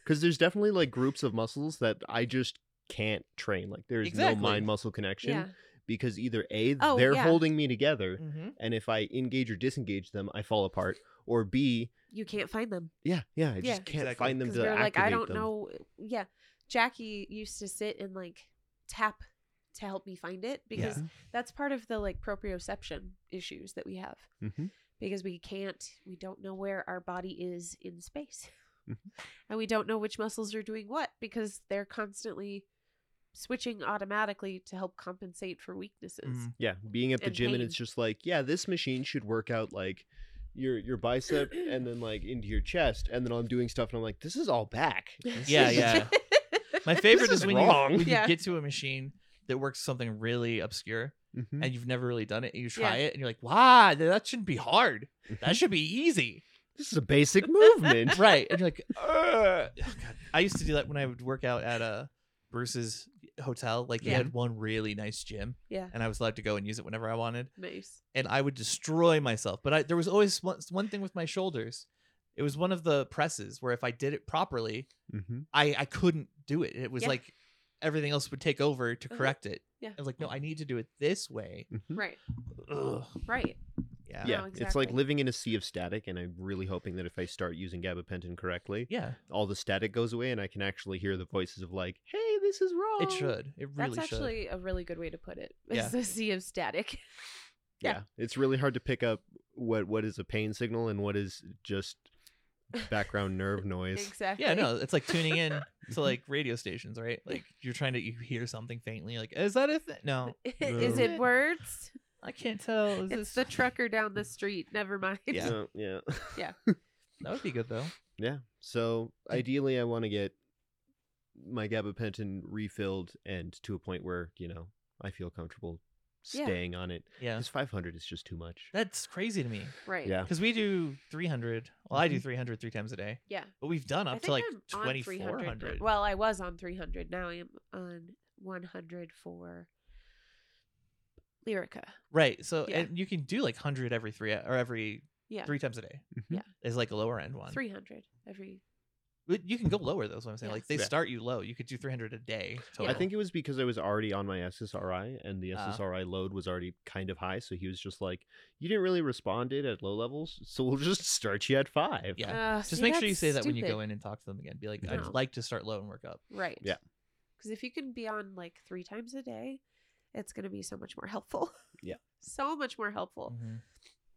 because there's definitely like groups of muscles that I just can't train. Like there's
Exactly.
no mind muscle connection
yeah.
because either a
Oh,
they're
yeah. Mm.
holding me together,
Mm-hmm.
and if I engage or disengage them, I fall apart. Or b
You can't find them.
yeah yeah I
Yeah.
just can't
Exactly.
find them
Because
to
we are
activate
like, I don't
them.
know. Yeah. Jackie used to sit and like tap to help me find it because that's part of the like proprioception issues that we have
Mhm.
because we can't, we don't know where our body is in space.
Mhm.
Mm-hmm.
And we don't know which muscles are doing what because they're constantly switching automatically to help compensate for weaknesses.
Yeah, being at the
and
gym and
pain.
it's just like, yeah, this machine should work out like your your bicep and then like into your chest, and then I'm doing stuff and I'm like, this is all back. This
Mm-hmm. Yeah,
is-
yeah. My favorite
is
is, when, you,
wrong.
when you
Yeah.
get to a machine that works something really obscure
Mhm.
and you've never really done it and you
Mm-hmm. Yeah. Mm-hmm.
try it and you're like, wow, that shouldn't be hard. That should be easy.
This is a basic movement.
right. And you're like, "Ugh." oh, God. I used to do that when I would work out at uh, Bruce's hotel. Like, he
Yeah.
had one really nice gym
yeah.
and I was allowed to go and use it whenever I wanted.
Nice.
And I would destroy myself. But I, there was always one, one thing with my shoulders. It was one of the presses where if I did it properly,
Mm-hmm,
hmm
I, I couldn't do it. It was
Yeah.
like everything else would take over to
Uh-huh.
correct it.
Yeah.
I was like, no, I need to do it this way.
Right.
Ugh.
Right.
Yeah.
Yeah,
No,
it's like
exactly.
living in a sea of static, and I'm really hoping that if I start using gabapentin correctly,
Yeah.
all the static goes away, and I can actually hear the voices of like, "Hey, this is wrong."
It should. It really
Um, That's
should.
actually a really good way to put it.
Yeah.
It's a sea of static.
Yeah.
Yeah.
it's really hard to pick up what what is a pain signal and what is just background nerve noise.
Exactly.
Yeah, no, it's like tuning in to like radio stations, right? Like you're trying to you hear something faintly, like is that a thing? No,
Is
No.
it words?
I can't tell.
It's
Is this...
the trucker down the street. Never mind.
Yeah.
So, yeah.
That would be good though.
Yeah. So ideally, I want to get my gabapentin refilled and to a point where you know I feel comfortable
Yeah.
staying on it.
Yeah,
Because 500 is just too much.
that's crazy to me
Right.
Yeah. Mm-hmm.
because we do 300. Well, I do 300 three times a day,
Yeah.
but we've done
I
up to
think
like
I'm on 300.
2400.
Well, I was on 300. Now I'm on 100 for Lyrica.
right? So
Yeah.
and you can do like 100 every three or every
Yeah.
three times a day.
Mhm.
Yeah.
is like a lower end one.
300 every.
But you can go lower. That's what I'm saying.
Yeah.
Like they
Yeah.
start you low. You could do 300 a day. Total.
I think it was because I was already on my SSRI and
Uh-huh.
the
Ah.
SSRI load was already kind of high. So he was just like, You didn't really respond it at low levels. So we'll just start you at five.
Yeah.
Uh,
Just make sure you say that when you go in and talk to them again. Be like,
No.
I'd like to start low and work up.
Right.
Yeah.
Because if you can be on like three times a day, it's going to be so much more helpful.
Yeah.
so much more helpful.
Mm. Mm-hmm.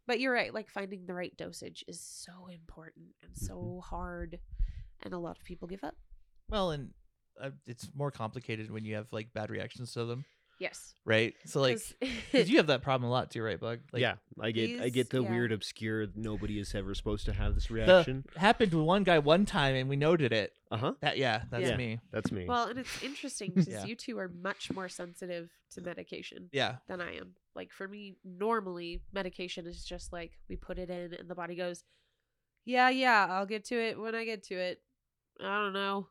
But you're right, like finding the right dosage is so important and
Mm-hmm.
so hard. And a lot of people give up.
Well, and uh, it's more complicated when you have like bad reactions to them,
Yes.
right? So like,
'Cause-
'cause you have that problem a lot too, right, Bug? Like,
yeah. I get I
these-
get the
yeah.
weird obscure nobody is ever supposed to have this reaction.
happened to one guy one time, and we noted it.
Uh huh.
That yeah, that's
Yeah.
me.
That's me.
well, and it's interesting because
Yeah.
you two are much more sensitive to medication
Yeah,
than I am. Like for me, normally medication is just like we put it in and the body goes, yeah, yeah, I'll get to it when I get to it. I don't know.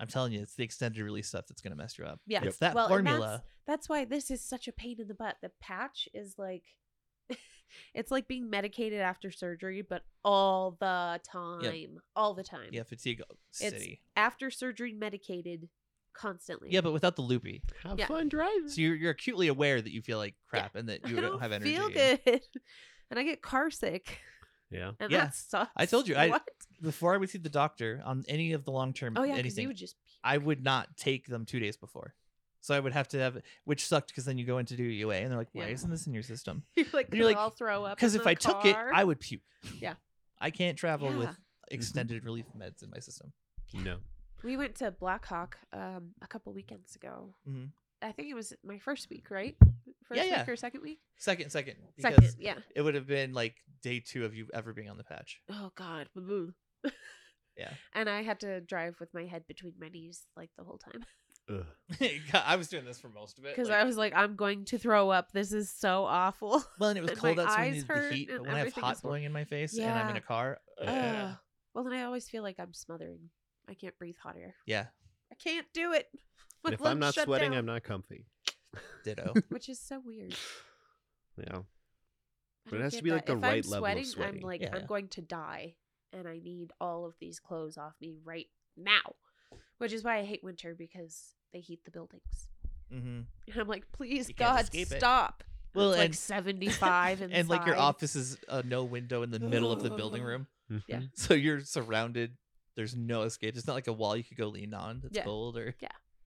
I'm telling you, it's the extended release stuff that's gonna mess you up.
Yeah.
it's that
Well, and that's-
formula.
That's why this is such a pain in the butt. The patch is like it's like being medicated after surgery, but all the time. All the time.
Yeah, fatigue city.
After surgery medicated constantly.
Yeah, but without the loopy.
Have
Yeah.
fun driving.
So you're, you're acutely aware that you feel like crap and that you
I
don't, have energy.
Feel good, and I get car sick,
yeah.
and
Yeah.
that sucks.
I told you, I-
What?
Before I would see the doctor on any of the long term
oh yeah, because
anything,
you would just.
I would not take them two days before. So I would have to have, which sucked because then you go in to do UA and they're like, why
Yeah.
isn't this in your system?
You're like,
You're like,
I'll throw up.
Because
in
if
the
I took it,
car."
I would puke.
Yeah.
I can't travel with
Yeah.
extended relief meds in my system.
No.
We went to Blackhawk um, a couple weekends ago.
Mhm.
I think it was my first week, right? First
Yeah, yeah.
week or second week?
Second, second. Because
Second, yeah.
it would have been like day two of you ever being on the patch.
Oh God. Boo.
Yeah.
And I had to drive with my head between my knees like the whole time
Ugh.
I was doing this for most of it.
because
like-
I was like, I'm going to throw up. This is so awful.
Well, and it was
And my
cold out, so I
eyes
needed the
hurt
heat.
and
But when I have
everything
hot
is wor-
blowing in my face and I'm in
Yeah.
a car, uh,
Ugh.
ugh.
Well, then I always feel like I'm smothering. I can't breathe hot air.
yeah,
I can't do it. My
And if I'm
lungs
not
shut
sweating,
down,
I'm not comfy.
ditto.
which is so weird.
Yeah.
I
But it
don't
has to
get
be, like, the
If
right
I'm
level of
sweating,
sweating.
I'm like,
Yeah,
I'm
yeah.
going to die, and I need all of these clothes off me right now, which is why I hate winter because they heat the buildings.
hmm
And I'm like, please,
You can't
God,
escape it."
stop.
Well,
it's like
and
75
and
inside.
like your office is uh, no window in the middle of the building
Ugh.
room,
Yeah.
Mhm.
so you're surrounded. There's no escape. It's not like a wall you could go lean on that's
Yeah.
cold or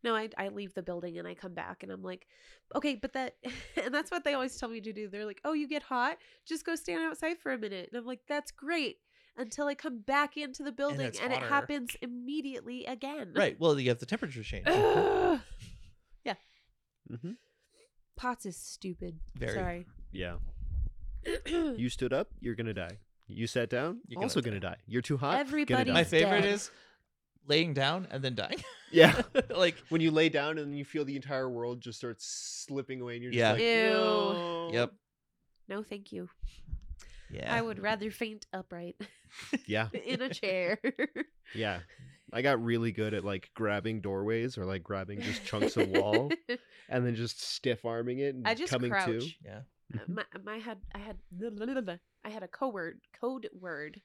No, I, I leave the building and I come back and I'm like, okay, but that, and that's what they always tell me to do. They're like, oh, you get hot, just go stand outside for a minute. And I'm like, that's great until I come back into the building
it's
and, it
hotter.
happens immediately again.
right. Well, you have the temperature change.
Ugh.
Mhm.
Pots is stupid.
Very.
Sorry.
Yeah. You stood up, you're gonna die. You sat down,
You're
you're
gonna
also gonna die. You're too hot.
Everybody-
My
Gonna die.
He's
favorite
dead.
is laying down and then dying.
Yeah.
like
when you lay down and you feel the entire world just starts slipping away, and you're just
Yeah.
like,
Ew.
"No."
yep.
no, thank you.
Yeah.
I would rather faint upright
Yeah.
in a chair.
Yeah. I got really good at like grabbing doorways or like grabbing just chunks of wall and then just stiff arming it and
I just
coming
crouch.
to.
yeah.
Uh, my, my had I had I had a code word code word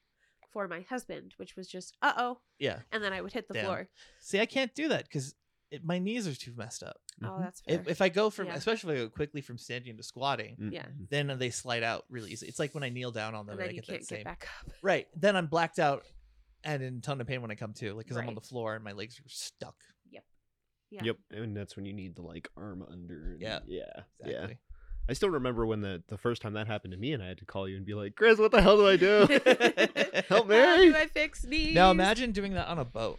for my husband, which was just uh oh,
Yeah.
and then I would hit the
Damn.
floor.
See, I can't do that because my knees are too messed up.
Oh,
Mm-hmm.
that's fair.
Mm-hmm. If, if I go from,
Yeah.
especially if I go quickly from standing to squatting,
Mm.
Yeah.
then they slide out really easy. It's like when I kneel down on them
and then
and, I
you
get
can't
that
get
same.
back up.
Right. Then I'm blacked out and in a ton of pain when I come to, like, because I'm on
Right.
the floor and my legs are stuck.
Yeah.
Yep. And that's when you need the like arm under. and-
Yeah.
Yeah. Yeah.
Exactly.
I still remember when the, the first time that happened to me and I had to call you and be like, Chris, what the hell do I do? Help me.
How do I fix knees?
Now imagine doing that on a boat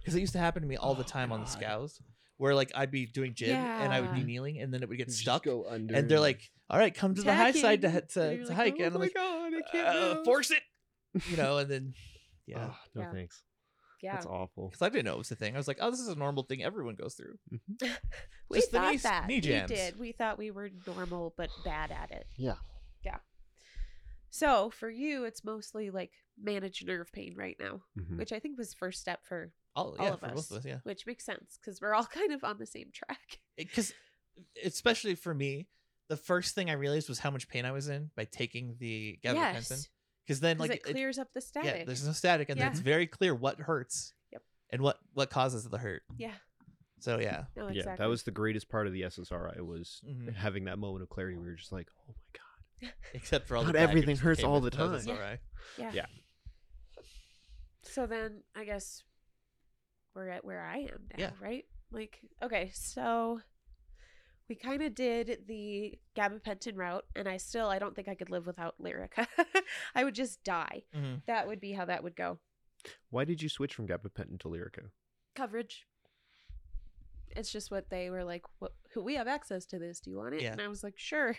because it used to happen to me all the
Oh,
time on the
God.
scows where, like, I'd be doing jib and I would be
Yeah.
kneeling and then it would get
Just
stuck.
go under
And they're like, all right, come to the high side to,
Tacking. And
to,
you're
to
like,
hike.
"Oh
and I'm
my
like,
God, I can't
uh,
move."
force it. You know, and then, yeah.
Oh, no
Yeah.
thanks.
yeah.
That's awful.
because I didn't know it was a thing. I was like, "Oh, this is a normal thing everyone goes through."
Mm-hmm.
we
Just the
thought
knee s-
that
knee jams.
we did. We thought we were normal but bad at it.
Yeah.
Yeah. So for you, it's mostly like manage nerve pain right now,
Mm.
Mhm.
which I think was first step for
All,
all
yeah,
of
for
us,
both of us, yeah.
which makes sense because we're all kind of on the same track.
Because especially for me, the first thing I realized was how much pain I was in by taking the gabapentin. Because then,
'cause
like,
it
it-
clears up the static.
yeah, there's no static, and then
Yeah.
it's very clear what hurts
Yep.
and what what causes the hurt.
Yeah.
So yeah,
no,
Yeah,
exactly. Mm-hmm.
that was the greatest part of the SSRI was
Mhm.
having that moment of clarity where you're just like, oh my god.
except for all
Not
the baggage
everything
that
hurts
came
all
with
the
those, it's
time.
all right.
So then I guess we're at where I am now,
Yeah.
right? Like, okay, so we kind of did the gabapentin route, and I still I don't think I could live without Lyrica. I would just die.
Mhm.
That would be how that would go.
Why did you switch from gabapentin to Lyrica?
Coverage. It's just what they were like. What we have access to this? Do you want it?
Yeah.
And I was like, sure.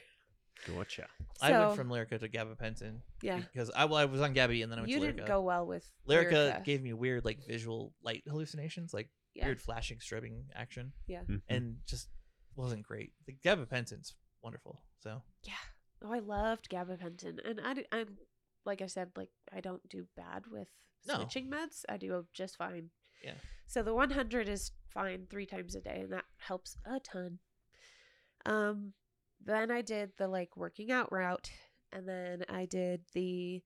Gotcha.
So
I went from Lyrica to gabapentin
yeah,
because I well, I was on Gabby and then I went
you
to Lyrica.
didn't go well with
Lyrica,
Lyrica.
gave me weird like visual light hallucinations, like
yeah.
weird flashing, strobing action.
Mhm.
and just wasn't great. The gabapentin's wonderful. So
Oh, I loved gabapentin, and I d- I'm like I said, like I don't do bad with
No.
switching meds. I do just fine.
Yeah.
So the 100 is fine three times a day, and that helps a ton. Um, then I did the like working out route, and then I did the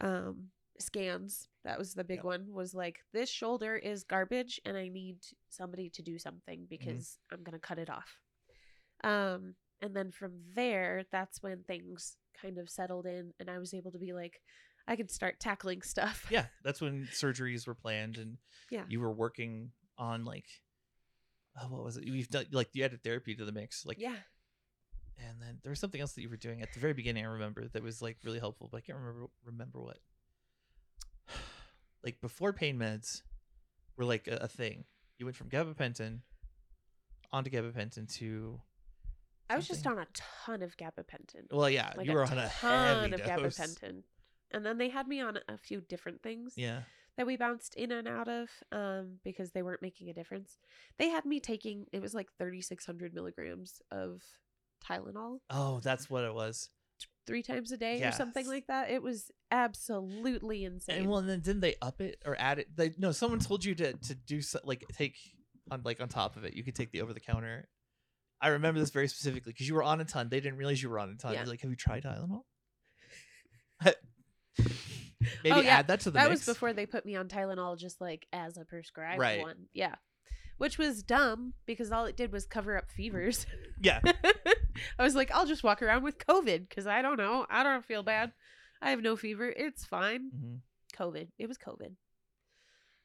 um scans. That was the big
Yeah.
one. Was like this shoulder is garbage, and I need somebody to do
Mm-hmm.
something because I'm gonna cut it off. Um, and then from there, that's when things kind of settled in, and I was able to be like, I could start tackling stuff.
yeah that's when surgeries were planned and
Yeah.
you were working on like oh, what was it you've done like you added therapy to the mix like
yeah.
and then there was something else that you were doing at the very beginning i remember that was like really helpful but i can't remember remember what like before pain meds were like a, a thing you went from gabapentin onto gabapentin to
I was just
something.
on a ton of gabapentin.
well yeah
Like
you were on a
ton
heavy
of
dose.
gabapentin. And then they had me on a few different things
yeah
that we bounced in and out of um, because they weren't making a difference. They had me taking, it was like 3,600 milligrams of Tylenol
oh that's what it was
three times a day or something
Yes.
like that. It was absolutely insane.
And well, and then didn't they up it or add it? They, no, someone told you to to do so, like take on like on top of it. You could take the over the counter. I remember this very specifically because you were on a ton. They didn't realize you were on a ton.
Yeah.
They're like, "Have you tried Tylenol?" Maybe
Oh, yeah.
add that to the
that
mix.
was before they put me on Tylenol just like as a prescribed
Right.
one. Yeah. Which was dumb because all it did was cover up fevers.
Yeah,
I was like, I'll just walk around with COVID because I don't know. I don't feel bad. I have no fever. It's fine.
Mhm.
COVID. It was COVID.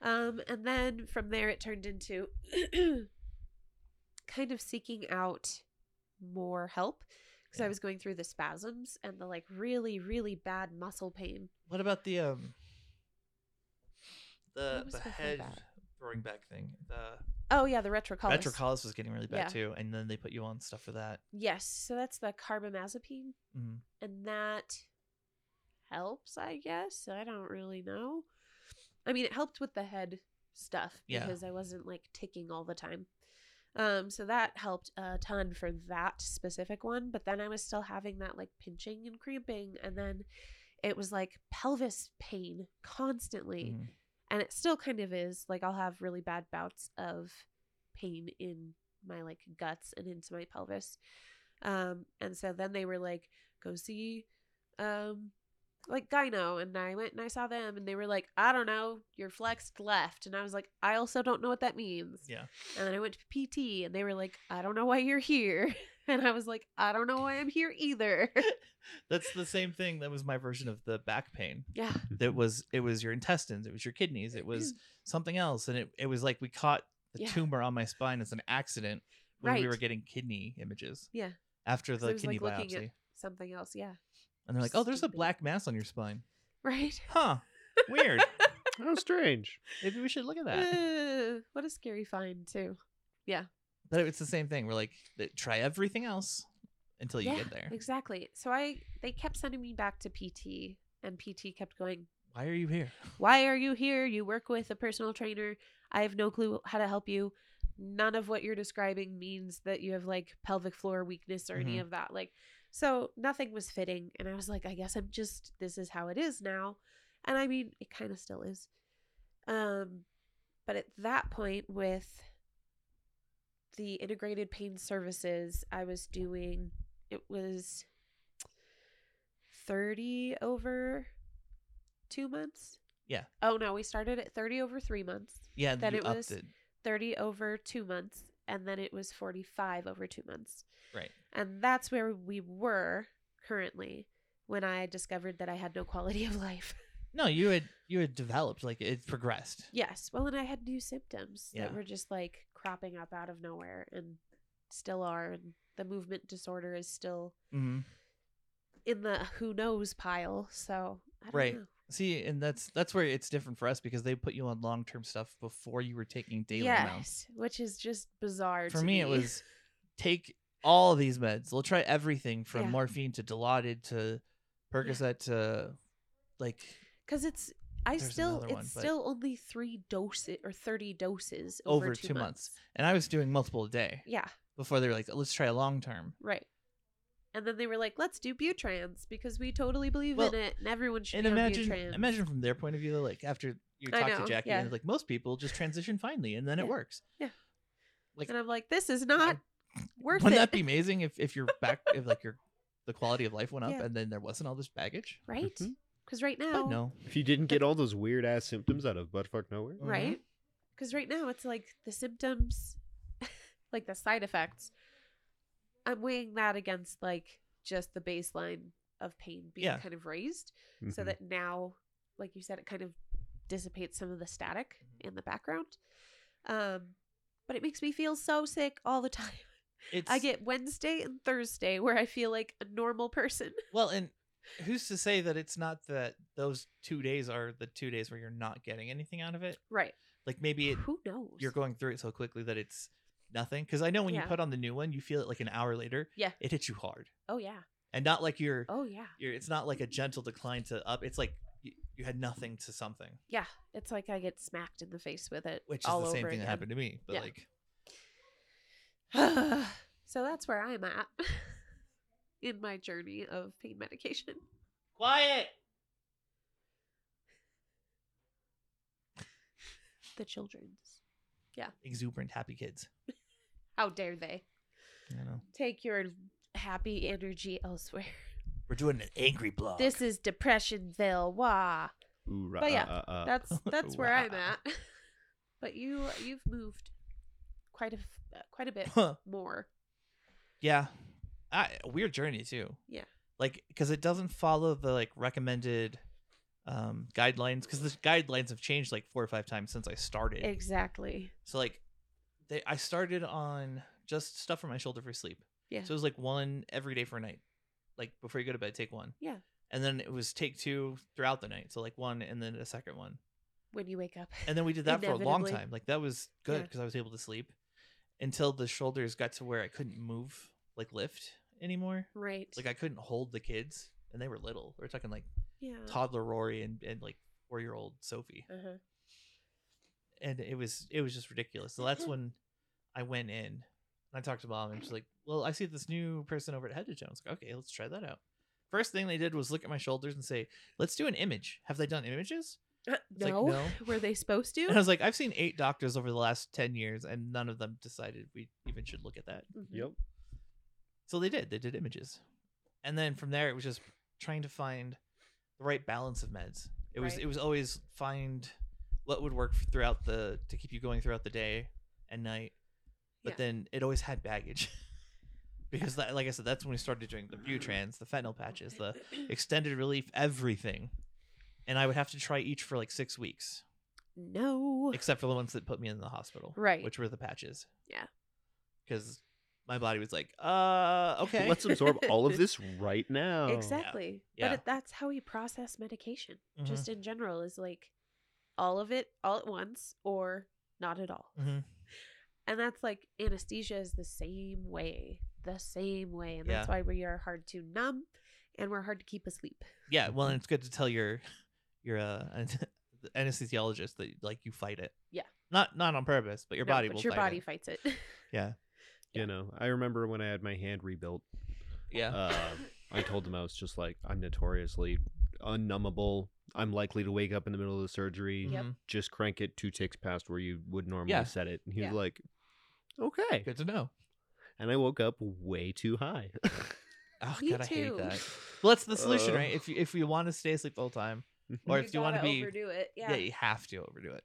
Um, and then from there, it turned into kind of seeking out more help because I
Yeah.
was going through the spasms and the like really, really bad muscle pain.
what about the um the
What was
the
before
head
that?
throwing back thing? The
Oh yeah, the retrocollis.
retrocollis was getting really bad
Yeah.
too, and then they put you on stuff for that.
Yes, so that's the carbamazepine,
Mhm.
and that helps, I guess. I don't really know. I mean, it helped with the head stuff
Yeah.
because I wasn't like ticking all the time. Um, so that helped a ton for that specific one. But then I was still having that like pinching and cramping, and then it was like pelvis pain constantly
Mhm.
and it still kind of is like i'll have really bad bouts of pain in my like guts and into my pelvis um and so then they were like go see um like gyno and i went and i saw them and they were like i don't know you're flexed left and i was like i also don't know what that means
Yeah.
and then i went to pt and they were like i don't know why you're here and i was like i don't know why i'm here either
That's the same thing. That was my version of the back pain.
yeah
Mm-hmm.
that was it was your intestines it was your kidneys it was something else and it, it was like we caught the
Mm. Yeah.
tumor on my spine as an accident when we
Right.
were getting kidney images
Yeah.
after
'Cause I
the
was,
kidney
like, looking
biopsy
at- something else yeah
and they're like oh there's a
Stupid.
black mass on your spine
right
huh weird
How strange.
maybe we should look at
Uh,
that
Ugh, what a scary find too
but it's the same thing we're like th- try everything else until you
Yeah,
get there
Exactly. So I they kept sending me back to PT and PT kept going,
why are you here
"Why are you here? You work with a personal trainer. I have no clue how to help you. None of what you're describing means that you have like pelvic floor weakness or any
Mhm.
of that." Like so nothing was fitting and I was like, "I guess I'm just this is how it is now." And I mean, it kind of still is. Um but at that point with the integrated pain services I was doing it was 30 over two months.
Yeah.
Oh, no, we started at 30 over three months,
yeah and
That
you
it
upped
was-
it
30 over two months, and then it was 45 over two months.
right
And that's where we were currently when I discovered that I had no quality of life.
no you had you had developed like it progressed
yes. Well, and I had new symptoms
Yeah.
that were just like cropping up out of nowhere and still are. And the movement disorder is still
mm-hmm.
in the who knows pile. So, I don't
Right.
know.
See, and that's that's where it's different for us because they put you on long term stuff before you were taking daily amounts.
yes, which is just bizarre.
For
to
me, it was take all these meds. We'll try everything from
Yeah.
morphine to Dilaudid to Percocet to like
because it's I
There's
still
another
it's
one, but-
still only three doses or thirty doses over,
over, two, months. and I was doing multiple a day
Yeah,
before they were like, "Let's try a long term."
right. And then they were like, "Let's do butrans because we totally believe
Well,
in it, and everyone should
And
be
imagine,
on butrans."
imagine from their point of view, like after you
I
talk
know,
to Jackie,
yeah.
and like most people just transition finally, and then
Yeah.
it works. like-
and I'm like, "This is not worth
Wouldn't
it."
that be amazing if if your back, if like your the quality of life went up,
Yeah.
and then there wasn't all this baggage?
right?
Mhm.
Because right now,
But no.
If you didn't get all those weird ass symptoms out of buttfuck nowhere,
Mhm.
right? Because right now it's like the symptoms, like the side effects. I'm weighing that against like just the baseline of pain being
Yeah.
kind of raised, so
Mhm.
that now, like you said, it kind of dissipates some of the static in the background. Um, but it makes me feel so sick all the time.
It's
I get Wednesday and Thursday where I feel like a normal person.
well, and who's to say that it's not that those two days are the two days where you're not getting anything out of it?
Right.
Like maybe it,
Who knows?
you're going through it so quickly that it's nothing. Because I know when
Yeah.
you put on the new one, you feel it like an hour later.
Yeah.
it hits you hard,
oh yeah.
and not like you're
Oh yeah.
you're. It's not like a gentle decline to up. It's like you, you had nothing to something,
Yeah. It's like I get smacked in the face with it.
which is
all
the same
over again.
thing that happened to me. But
Yeah.
like,
so that's where I'm at in my journey of pain medication.
quiet.
The children's.
Exuberant, happy kids.
How dare they
You know,
take your happy energy elsewhere?
we're doing an angry blog.
This is Depressionville. Wah.
Ooh, rah,
But yeah,
uh, uh, uh.
That's that's where I'm
Wow.
at. But you you've moved quite a f- uh, quite a bit more.
Yeah. I, a weird journey too.
Yeah.
Like cuz it doesn't follow the like recommended um guidelines cuz the guidelines have changed like 4 or 5 times since I started.
Exactly.
so like they I started on just stuff for my shoulder for sleep.
Yeah.
So it was like one every day for a night. Like before you go to bed take one.
Yeah.
And then it was take two throughout the night. So like one and then a second one.
When you wake up.
And then we did that for a long
Inevitably.
time. Like that was good
Yeah.
because I was able to sleep until the shoulders got to where I couldn't move like lift anymore
Right.
like I couldn't hold the kids, and they were little. We're talking like
yeah.
toddler Rory and, and like four year old Sophie,
uh-huh.
and it was it was just ridiculous. So that's when I went in and I talked to mom, and she's like, "Well, I see this new person over at Head to Toe." I was like, "Okay, let's try that out." First thing they did was look at my shoulders and say, "Let's do an image." Have they done images?
Uh,
like,
no.
no.
Were they supposed
And I
to?
was like, "I've seen eight doctors over the last ten years, and none of them decided we even should look at that."
Mhm.
Yep.
So they did. They did images. And then from there it was just trying to find the right balance of meds. It was
Right.
it was always find what would work throughout the to keep you going throughout the day and night. But
Yeah.
then it always had baggage. because that, like I said that's when we started doing the Butrans, the fentanyl patches, the extended relief everything. And I would have to try each for like 6 weeks,
No.
except for the ones that put me in the hospital,
Right.
which were the patches.
Yeah.
Cuz my body was like, "Uh, okay.
Let's absorb all of this right now.
exactly
Oh, Yeah.
but it, that's how we process medication
Mm-hmm.
just in general is like all of it all at once or not at all
Mhm.
and that's like anesthesia is the same way the same way and that's
Yeah.
why we are hard to numb and we're hard to keep asleep
Yeah, well, and it's good to tell your your uh, an- anesthesiologist that like you fight it.
Yeah.
Not not on purpose, but your
No,
body
but
will
your
fight
body
it.
fights it
Yeah.
You know, I remember when I had my hand rebuilt.
Yeah.
Uh, I told them I was just like, I'm notoriously unnumbable. I'm likely to wake up in the middle of the surgery.
Yep.
Mhm.
Just crank it two ticks past where you would normally
Yeah.
set it. And he
Yeah.
was like, okay.
Good to know.
And I woke up way too high.
Oh
Me
god, I hate
too.
that. Well, that's the solution,
Uh,
right? If you, if you want to stay asleep the whole time, or if you want to
gotta
be,
overdo it
yeah.
yeah.
you have to overdo it.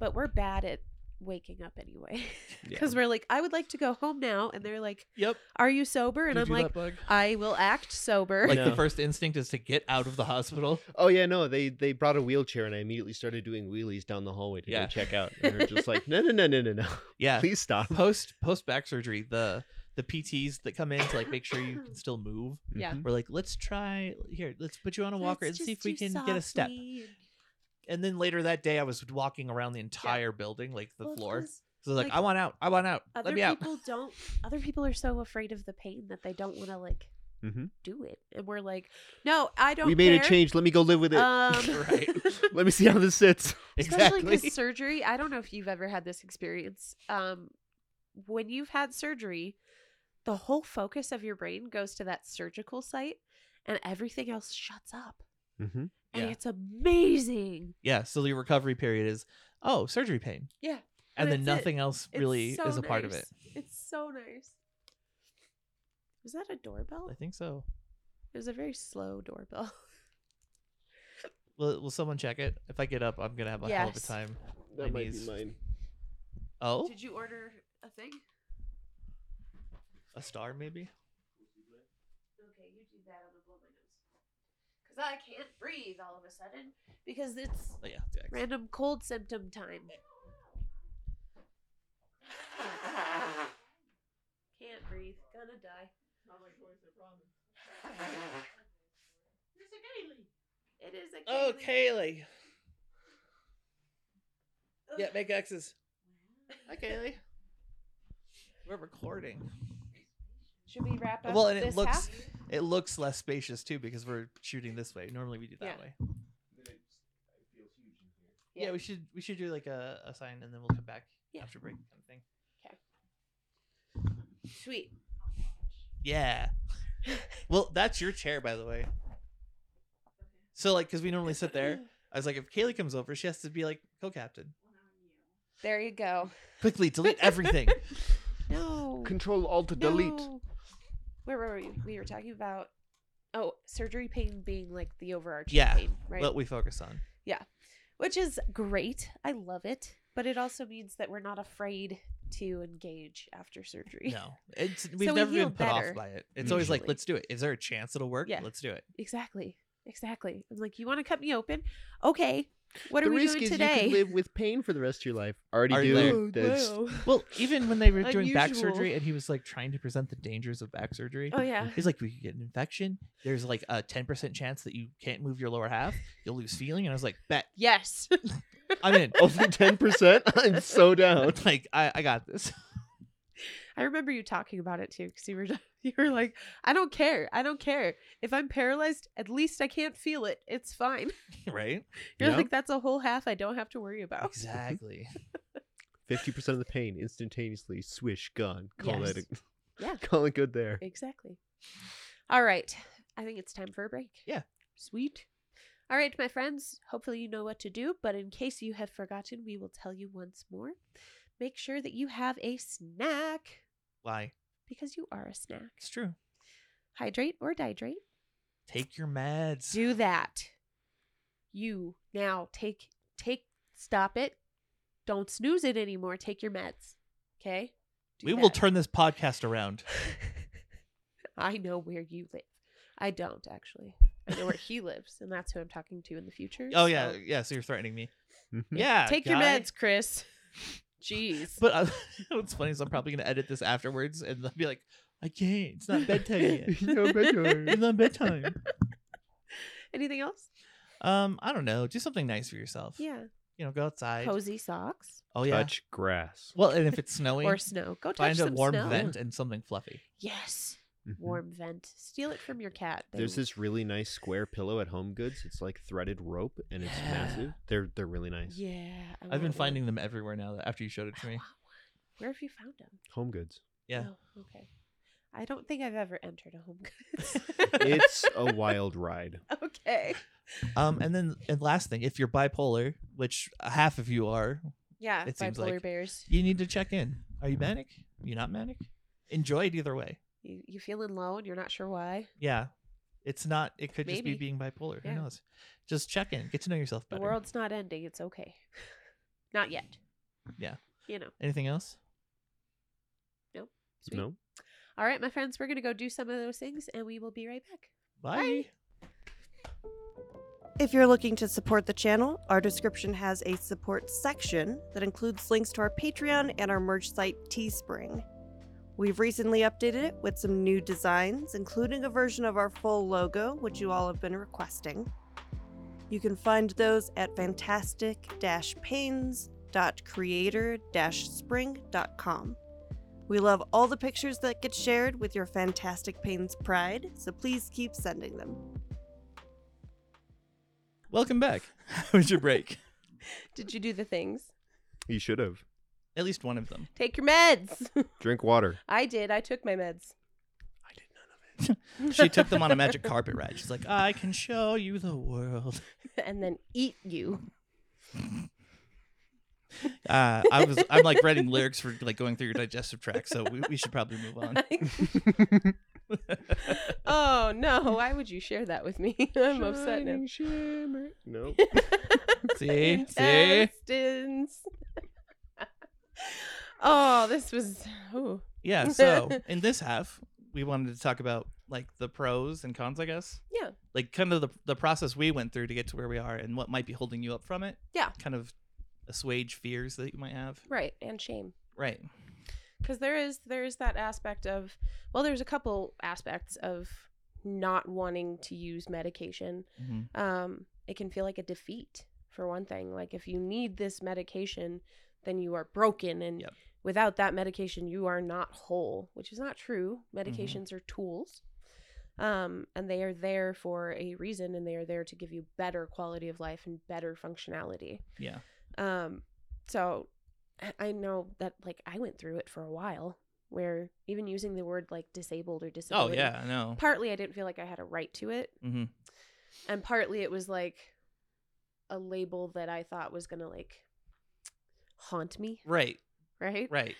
but we're bad at waking up anyway
Yeah.
because we're like i would like to go home now and they're like
Yep.
are you sober and i'm like i will act sober
like the
No.
first instinct is to get out of the hospital.
Oh yeah, no, they they brought a wheelchair and I immediately started doing wheelies down the hallway to
Yeah.
go check out. And they're just like, no, no, no, no, no, no,
Yeah.
please stop.
Post post back surgery, the the PTs that come in to like make sure you can still move.
Yeah.
Mhm.
We're like, let's try here. Let's put you on a walker and
Let's
see if
just
we
do
can get a step.
softly and-
and then later that day I was walking around the entire building, like the
Well,
floor.
'cause
So like,
like,
I want out, I want out,
Other
let me out.
people don't. Other people are so afraid of the pain that they don't want to like
Mm-hmm.
Mhm.
do it, and we're like, no, I don't.
We made
care."
a change. Let me go live with it.
Um,
Right.
Let me see how this sits.
Especially
Exactly.
because surgery. I don't know if you've ever had this experience. Um, when you've had surgery, the whole focus of your brain goes to that surgical site, and everything else shuts up.
Mm-hmm.
And
Yeah.
it's amazing.
Yeah. So your recovery period is oh surgery pain,
Yeah.
and
That's
then
it.
nothing else
It's
really
so
is a part of
nice.
it.
It's so nice. Was that a doorbell?
I think so.
It was a very slow doorbell.
Will, will someone check it? If I get up, I'm gonna have a hell of a
Yes.
time.
That
My
might
knees.
be mine.
Oh,
Did you order a thing?
a star maybe.
Okay, you do that. I'm gonna blow my nose. Cause I can't breathe all of a sudden because it's
Oh yeah, it's X.
random cold symptom time. Can't breathe. Gonna die. It's a Gailey. It is a Gailey.
Oh, Kaylee. Yeah, make X's. Hi, Kaylee. We're recording.
Should we wrap up?
Well, and it
this
looks-
half?
It looks less spacious too because we're shooting this way. Normally we do that
Yeah.
way.
Yeah.
Yeah, we should we should do like a, a sign and then we'll come back
Yeah.
after break kind of thing.
sweet.
Yeah. well, that's your chair, by the way. So like, because we normally sit there. I was like, if Kaylee comes over, she has to be like co-captain.
There you go.
Quickly delete everything.
No.
Control Alt Delete.
No. Where were we? We were talking about oh, surgery pain being like the overarching
Yeah,
pain, right?
What we focus on.
Which is great. I love it, but it also means that we're not afraid to engage after surgery.
No, it's we've
we
never
heal
been put
better,
off by it. It's always like,
usually.
let's do it. Is there a chance it'll work?
Yeah.
Let's do it.
Exactly. Exactly. I'm like, you want to cut me open? Okay. What
the
are we
risk
doing
is
today?
you can live with pain for the rest of your life. Already,
Already
do.
there.
Oh,
That's-
no.
Well, even when they were doing back
Unusual.
surgery, and he was like trying to present the dangers of back surgery.
Oh, yeah.
He's like, we could get an infection. There's like a 10% chance that you can't move your lower half. You'll lose feeling. And I was like, bet.
Yes.
I'm in.
Oh,
Over ten percent, I'm so down.
like, I, I got this.
I remember you talking about it too, because you were you were like, I don't care. I don't care. If I'm paralyzed, at least I can't feel it. It's fine.
right?
You're
Yeah.
like, that's a whole half I don't have to worry about.
Exactly.
Fifty percent of the pain instantaneously, swish, gone. Call
Yes.
that it.
Yeah.
Call it good there.
Exactly. All right. I think it's time for a break.
Yeah.
Sweet. All right, my friends. Hopefully, you know what to do, but in case you have forgotten, we will tell you once more. Make sure that you have a snack
Why?
because you are a snack.
It's true.
Hydrate or dihydrate.
Take your meds.
do that you now take take stop it don't snooze it anymore take your meds okay Do
we will
that.
turn this podcast around.
i know where you live i don't actually i know where he lives and that's who i'm talking to in the future
Oh yeah,
so- Mm.
yeah. So you're threatening me.
Mhm.
Yeah.
take your
guy.
meds chris jeez
But uh, what's funny is I'm probably gonna edit this afterwards and they'll be like, I can't. It's not bedtime yet.
No bedtime.
It's not bedtime.
anything else
Um, I don't know. Do something nice for yourself.
yeah
You know, go outside.
cozy socks
Oh yeah.
Touch grass.
Well, and if it's snowing,
or snow go touch
find a
some
warm
snow
vent and something fluffy.
yes
Mhm.
warm vent steal it from your cat They
There's this really nice square pillow at Home Goods. It's like threaded rope and it's
Yeah.
massive. They're they're really nice.
yeah I
I've been
want one.
finding them everywhere now. That after you showed it to
I
me,
want one. Where have you found them?
Home Goods.
yeah.
Oh, okay. I don't think I've ever entered a home goods.
It's a wild ride.
okay.
Um, and then and last thing, if you're bipolar, which half of you are,
Yeah,
It
by
seems
polar
like-
bears.
you need to check in. Are
Mm-hmm.
you manic? you not manic? Enjoy it either way.
You you feeling low and you're not sure why.
Yeah. It's not it could just be
Maybe.
being bipolar.
Yeah.
Who knows? Just check in. Get to know yourself
The
better.
world's not ending. It's okay. not yet.
Yeah.
You know.
Anything else?
sweet.
No?
All right, my friends, we're gonna go do some of those things, and we will be right back.
Bye.
Bye.
If you're looking to support the channel, our description has a support section that includes links to our Patreon and our merch site Teespring. We've recently updated it with some new designs, including a version of our full logo, which you all have been requesting. You can find those at fantastic pains.creator spring.com. We love all the pictures that get shared with your Fantastic Pains pride, so please keep sending them.
Welcome back. How was your break?
Did you do the things?
You should have.
At least one of them.
Take your meds.
Drink water.
I did. I took my meds.
I did none
She took them on a magic carpet ride. She's like, I can show you the world.
and then eat you.
Uh, I was I'm like writing lyrics for like going through your digestive tract, so we, we should probably move on.
of it.
Oh no! Why would you share that with me? I'm upset now.
Shining shimmer. Nope.
See? See?
Intestines. oh, this was. Ooh.
Yeah, so in this half, we wanted to talk about like the pros and cons, I guess.
Yeah.
Like kind of the the process we went through to get to where we are and what might be holding you up from it.
Yeah.
Kind of assuage fears that you might have.
Right, and shame.
Right.
because there is there is that aspect of well there's a couple aspects of not wanting to use medication
Mm-hmm.
um it can feel like a defeat for one thing like if you need this medication then you are broken and
Yep.
without that medication you are not whole which is not true
Mm-hmm.
medications are tools um and they are there for a reason and they are there to give you better quality of life and better functionality
Yeah.
um, so I- I know that like I went through it for a while, where even using the word like disabled or
Oh
disability.
yeah, I know.
Partly I didn't feel like I had a right to it,
Mm-hmm.
and partly it was like a label that I thought was gonna like haunt me,
Right.
right?
Right.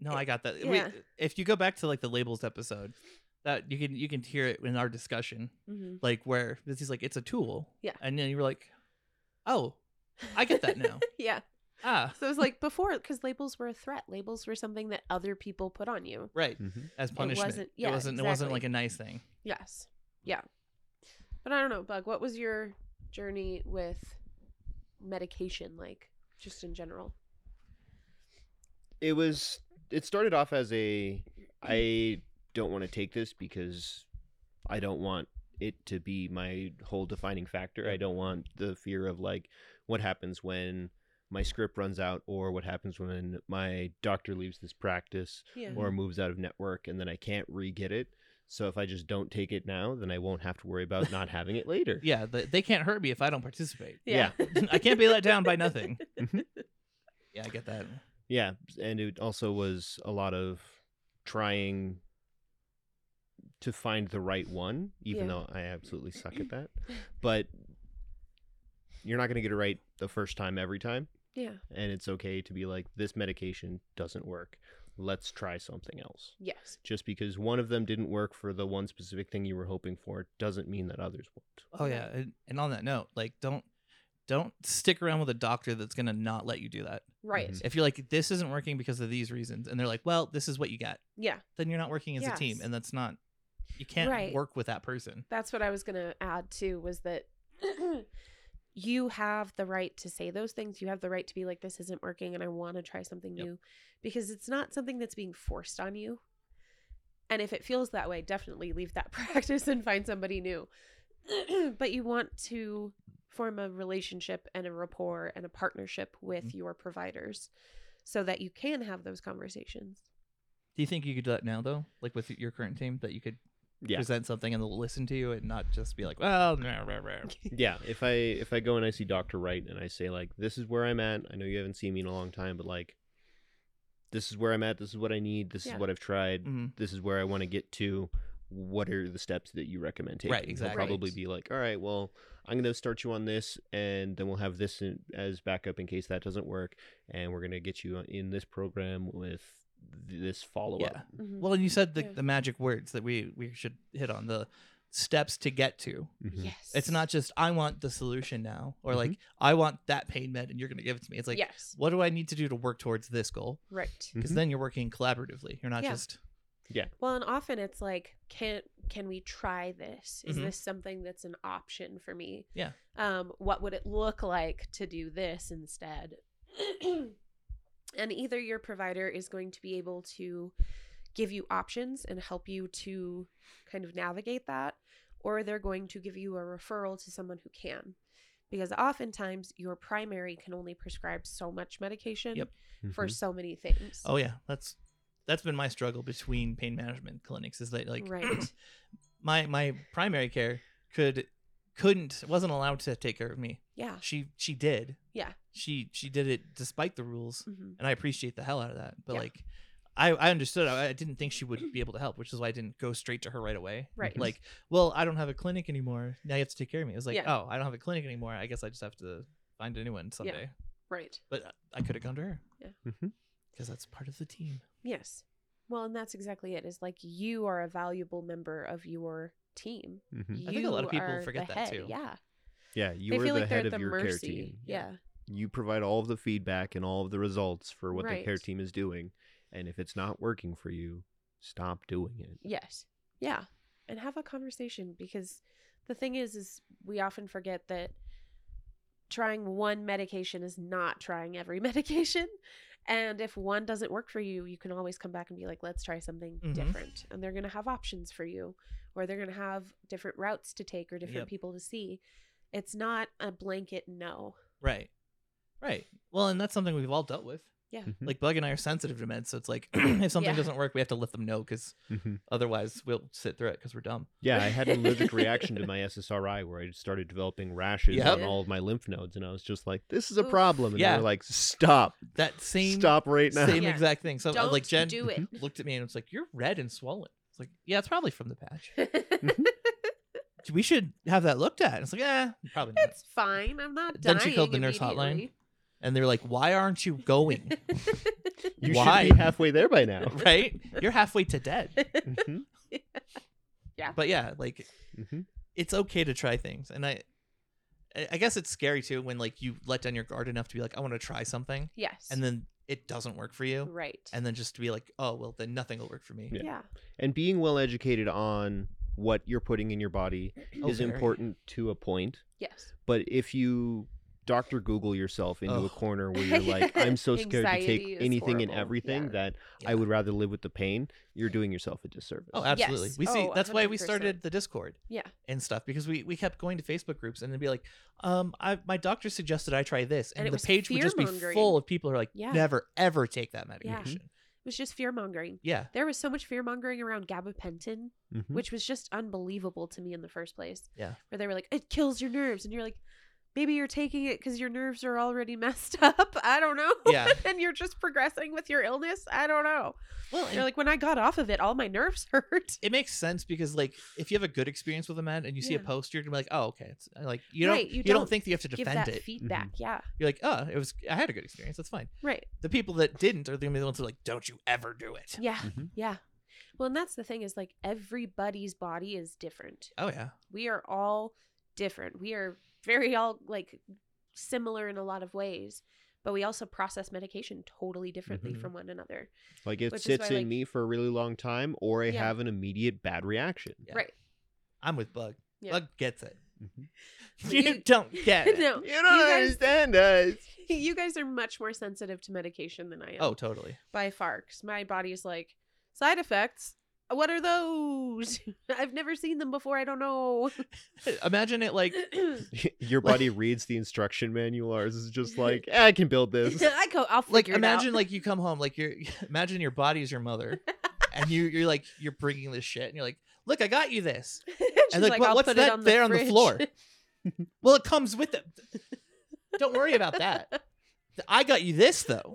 No, I got that.
yeah.
We, if you go back to like the labels episode, that you can you can hear it in our discussion,
Mm-hmm.
like where this is like it's a tool.
Yeah.
And then you were like, oh, I get that now.
yeah.
ah,
So it was like before, because labels were a threat. Labels were something that other people put on you.
right.
Mhm.
As punishment. It wasn't.
wasn't- yeah,
it wasn't. It wasn't
exactly.
like a nice thing.
Yes. Yeah. But I don't know, Bug, what was your journey with medication like, just in general?
It was. It started off as a. I don't want to take this because I don't want it to be my whole defining factor. I don't want the fear of like what happens when my script runs out or what happens when my doctor leaves this practice
Yeah.
or moves out of network and then I can't re get it. So if I just don't take it now, then I won't have to worry about not having it later.
Yeah. The, they can't hurt me if I don't participate.
Yeah.
I can't be let down by nothing.
Mhm.
Yeah, I get that.
Yeah, and it also was a lot of trying to find the right one, even
Yeah.
though I absolutely suck at that. But you're not going to get it right the first time every time,
Yeah.
and it's okay to be like this medication doesn't work. Let's try something else.
Yes.
Just because one of them didn't work for the one specific thing you were hoping for doesn't mean that others won't.
Oh yeah. And, and on that note, like don't don't stick around with a doctor that's gonna not let you do that.
Right.
If you're like this isn't working because of these reasons, and they're like, well, this is what you got,
Yeah.
then you're not working as a team,
Yes.
and that's not you can't
Right.
work with that person.
That's what I was going to add too was that you have the right to say those things. You have the right to be like this isn't working and I want to try something
Yep.
new because it's not something that's being forced on you. And if it feels that way, definitely leave that practice and find somebody new. but you want to form a relationship and a rapport and a partnership with your providers so that you can have those conversations.
Do you think you could do that now though, like with your current team, that you could
Yeah.
present something and they'll listen to you and not just be like, well, rah, rah, rah."
yeah if i if i go and i see dr wright and i say like this is where i'm at i know you haven't seen me in a long time but like this is where i'm at this is what i need this
Yeah.
is what i've tried
Mhm.
this is where i want to get to what are the steps that you recommend taking
Right,
He'll
exactly.
Right.
probably be like all right well i'm going to start you on this and then we'll have this in, as backup in case that doesn't work and we're going to get you uh, in this program with th- this follow-up
Yeah.
Mhm.
Well, and you said the,
Yeah.
the magic words that we we should hit on the steps to get to.
Mhm.
Yes.
It's not just I want the solution now, or like I want that pain med and you're gonna give it to me. It's like
yes.
what do I need to do to work towards this goal?
Right.
Because
Mhm.
then you're working collaboratively. You're not
Yeah.
just
Well, and often it's like, can can we try this? Is
Mhm.
this something that's an option for me?
Yeah.
Um, what would it look like to do this instead? and either your provider is going to be able to give you options and help you to kind of navigate that, or they're going to give you a referral to someone who can. Because oftentimes your primary can only prescribe so much medication
Yep. Mm-hmm.
for
Mhm.
so many things.
oh yeah, that's that's been my struggle between pain management clinics is that like
right.
my my primary care could couldn't wasn't allowed to take care of me.
Yeah.
She she did.
Yeah.
She she did it despite the rules.
hmm
and I appreciate the hell out of that. But
Yeah.
like, I I understood. I, I didn't think she would be able to help, which is why I didn't go straight to her right away.
Right.
Like, well, I don't have a clinic anymore. Now you have to take care of me. It was like,
Yeah.
oh, I don't have a clinic anymore. I guess I just have to find a new one someday.
Right.
But I could have gone to her.
Yeah.
Mhm.
Because that's part of the team.
Yes. Well, and that's exactly it. Is like you are a valuable member of your team.
Mhm.
You
Hmm. I think a lot of people
are
forget
the
that,
head.
too.
Yeah,
Yeah, you
they
are
feel
the
like they're
head
at
of
the
your care
mercy.
team.
Yeah.
You provide all of the feedback and all of the results for what the care
Right.
team is doing. And if it's not working for you, stop doing it.
Yes. Yeah. And have a conversation because the thing is is we often forget that trying one medication is not trying every medication. And if one doesn't work for you, you can always come back and be like, let's try something
Mhm.
different. And they're going to have options for you, or they're going to have different routes to take or different
Yep.
people to see. It's not a blanket no.
Right. Right. Well, and that's something we've all dealt with.
Yeah.
Mhm.
Like Bug and I are sensitive to meds, so it's like if something
Yeah.
doesn't work, we have to let them know because
Mhm.
otherwise we'll sit through it because we're dumb.
Yeah, I had an allergic reaction to my SSRI where I started developing rashes
Yep.
on all of my lymph nodes. And I was just like, this is a
Oof.
problem. And
Yeah.
they were like, stop.
That same
stop right now.
same
Yeah.
exact thing. So uh,
Don't
like Jen
do it.
looked at me and was like, "You're red and swollen." It's like, "Yeah, it's probably from the patch. Mm-hmm. We should have that looked at." It's like, "Yeah, probably not."
it's fine. I'm not dying.
Then she called the nurse hotline.
immediately.
And they're like, "Why aren't you going?"
You
Why?
should be halfway there by now.
right? You're halfway to dead. Mm-hmm.
Mhm.
But yeah, like Mm-hmm.
Mhm.
it's okay to try things and i I- i guess it's scary too when like you let down your guard enough to be like i want to try something
Yes.
and then it doesn't work for you
right.
and then just to be like oh well then nothing will work for me
Yeah.
yeah.
And being well educated on what you're putting in your body
Oh,
is
very.
important to a point.
Yes.
But if you Dr. Google yourself into a
Ugh.
corner where you're like, I'm so scared to
Anxiety
take
is
anything and
horrible.
everything
Yeah.
that
Yeah.
I would rather live with the pain, you're doing yourself a disservice.
oh absolutely
Yes.
we see
Oh,
that's why we
100%.
started the discord
Yeah.
and stuff because we we kept going to facebook groups and then be like um i my doctor suggested i try this
And
and,
it
the
was
page would just be
fear-mongering.
full of people who are like
Yeah.
never ever take that medication
It was just fear mongering.
yeah,
There was so much fear mongering around gabapentin,
Mhm.
which was just unbelievable to me in the first place.
Hmm? Yeah.
Where they were like, it kills your nerves. And you're like, maybe you're taking it because your nerves are already messed up. I don't know.
Yeah.
and you're just progressing with your illness. I don't know.
well
They're like, when I got off of it, all my nerves hurt.
it makes sense because like if you have a good experience with a med and you see a
Yeah.
post you're gonna be like oh okay it's like you don't
Right, you
you, don't,
don't
think that you have to
Give
defend
that
it
feedback. Yeah.
you're like oh it was i had a good experience that's fine
Right.
the people that didn't are the only ones that are like don't you ever do it
Yeah.
Mhm.
Yeah. Well, and that's the thing is like everybody's body is different.
oh yeah
we are all different we are very all like similar in a lot of ways but we also process medication totally differently
Mhm.
from one another
Like it
which is
sits
why,
in
like-
me for a really long time or I
Yeah.
have an immediate bad reaction.
Yeah.
right
i'm with bug
Yeah.
bug gets it
Mm-hmm.
Mhm.
you,
You-
don't get it
no
You don't
guys-
understand us.
you guys are much more sensitive to medication than i am
oh totally
by far 'cause my body's like side effects what are those i've never seen them before i don't know
imagine it like
Your
Like-
body reads the instruction manual. Ours is just like, "Eh, I can build this.
i go i'll figure
like
it out.
imagine like you come home like you're imagine your body is your mother and you you're like you're bringing this shit and you're like look i got you this
She's
like, "Well,
"I'll
what's
put it
that there on the
fridge."
floor?" well it comes with it don't worry about that i got you this though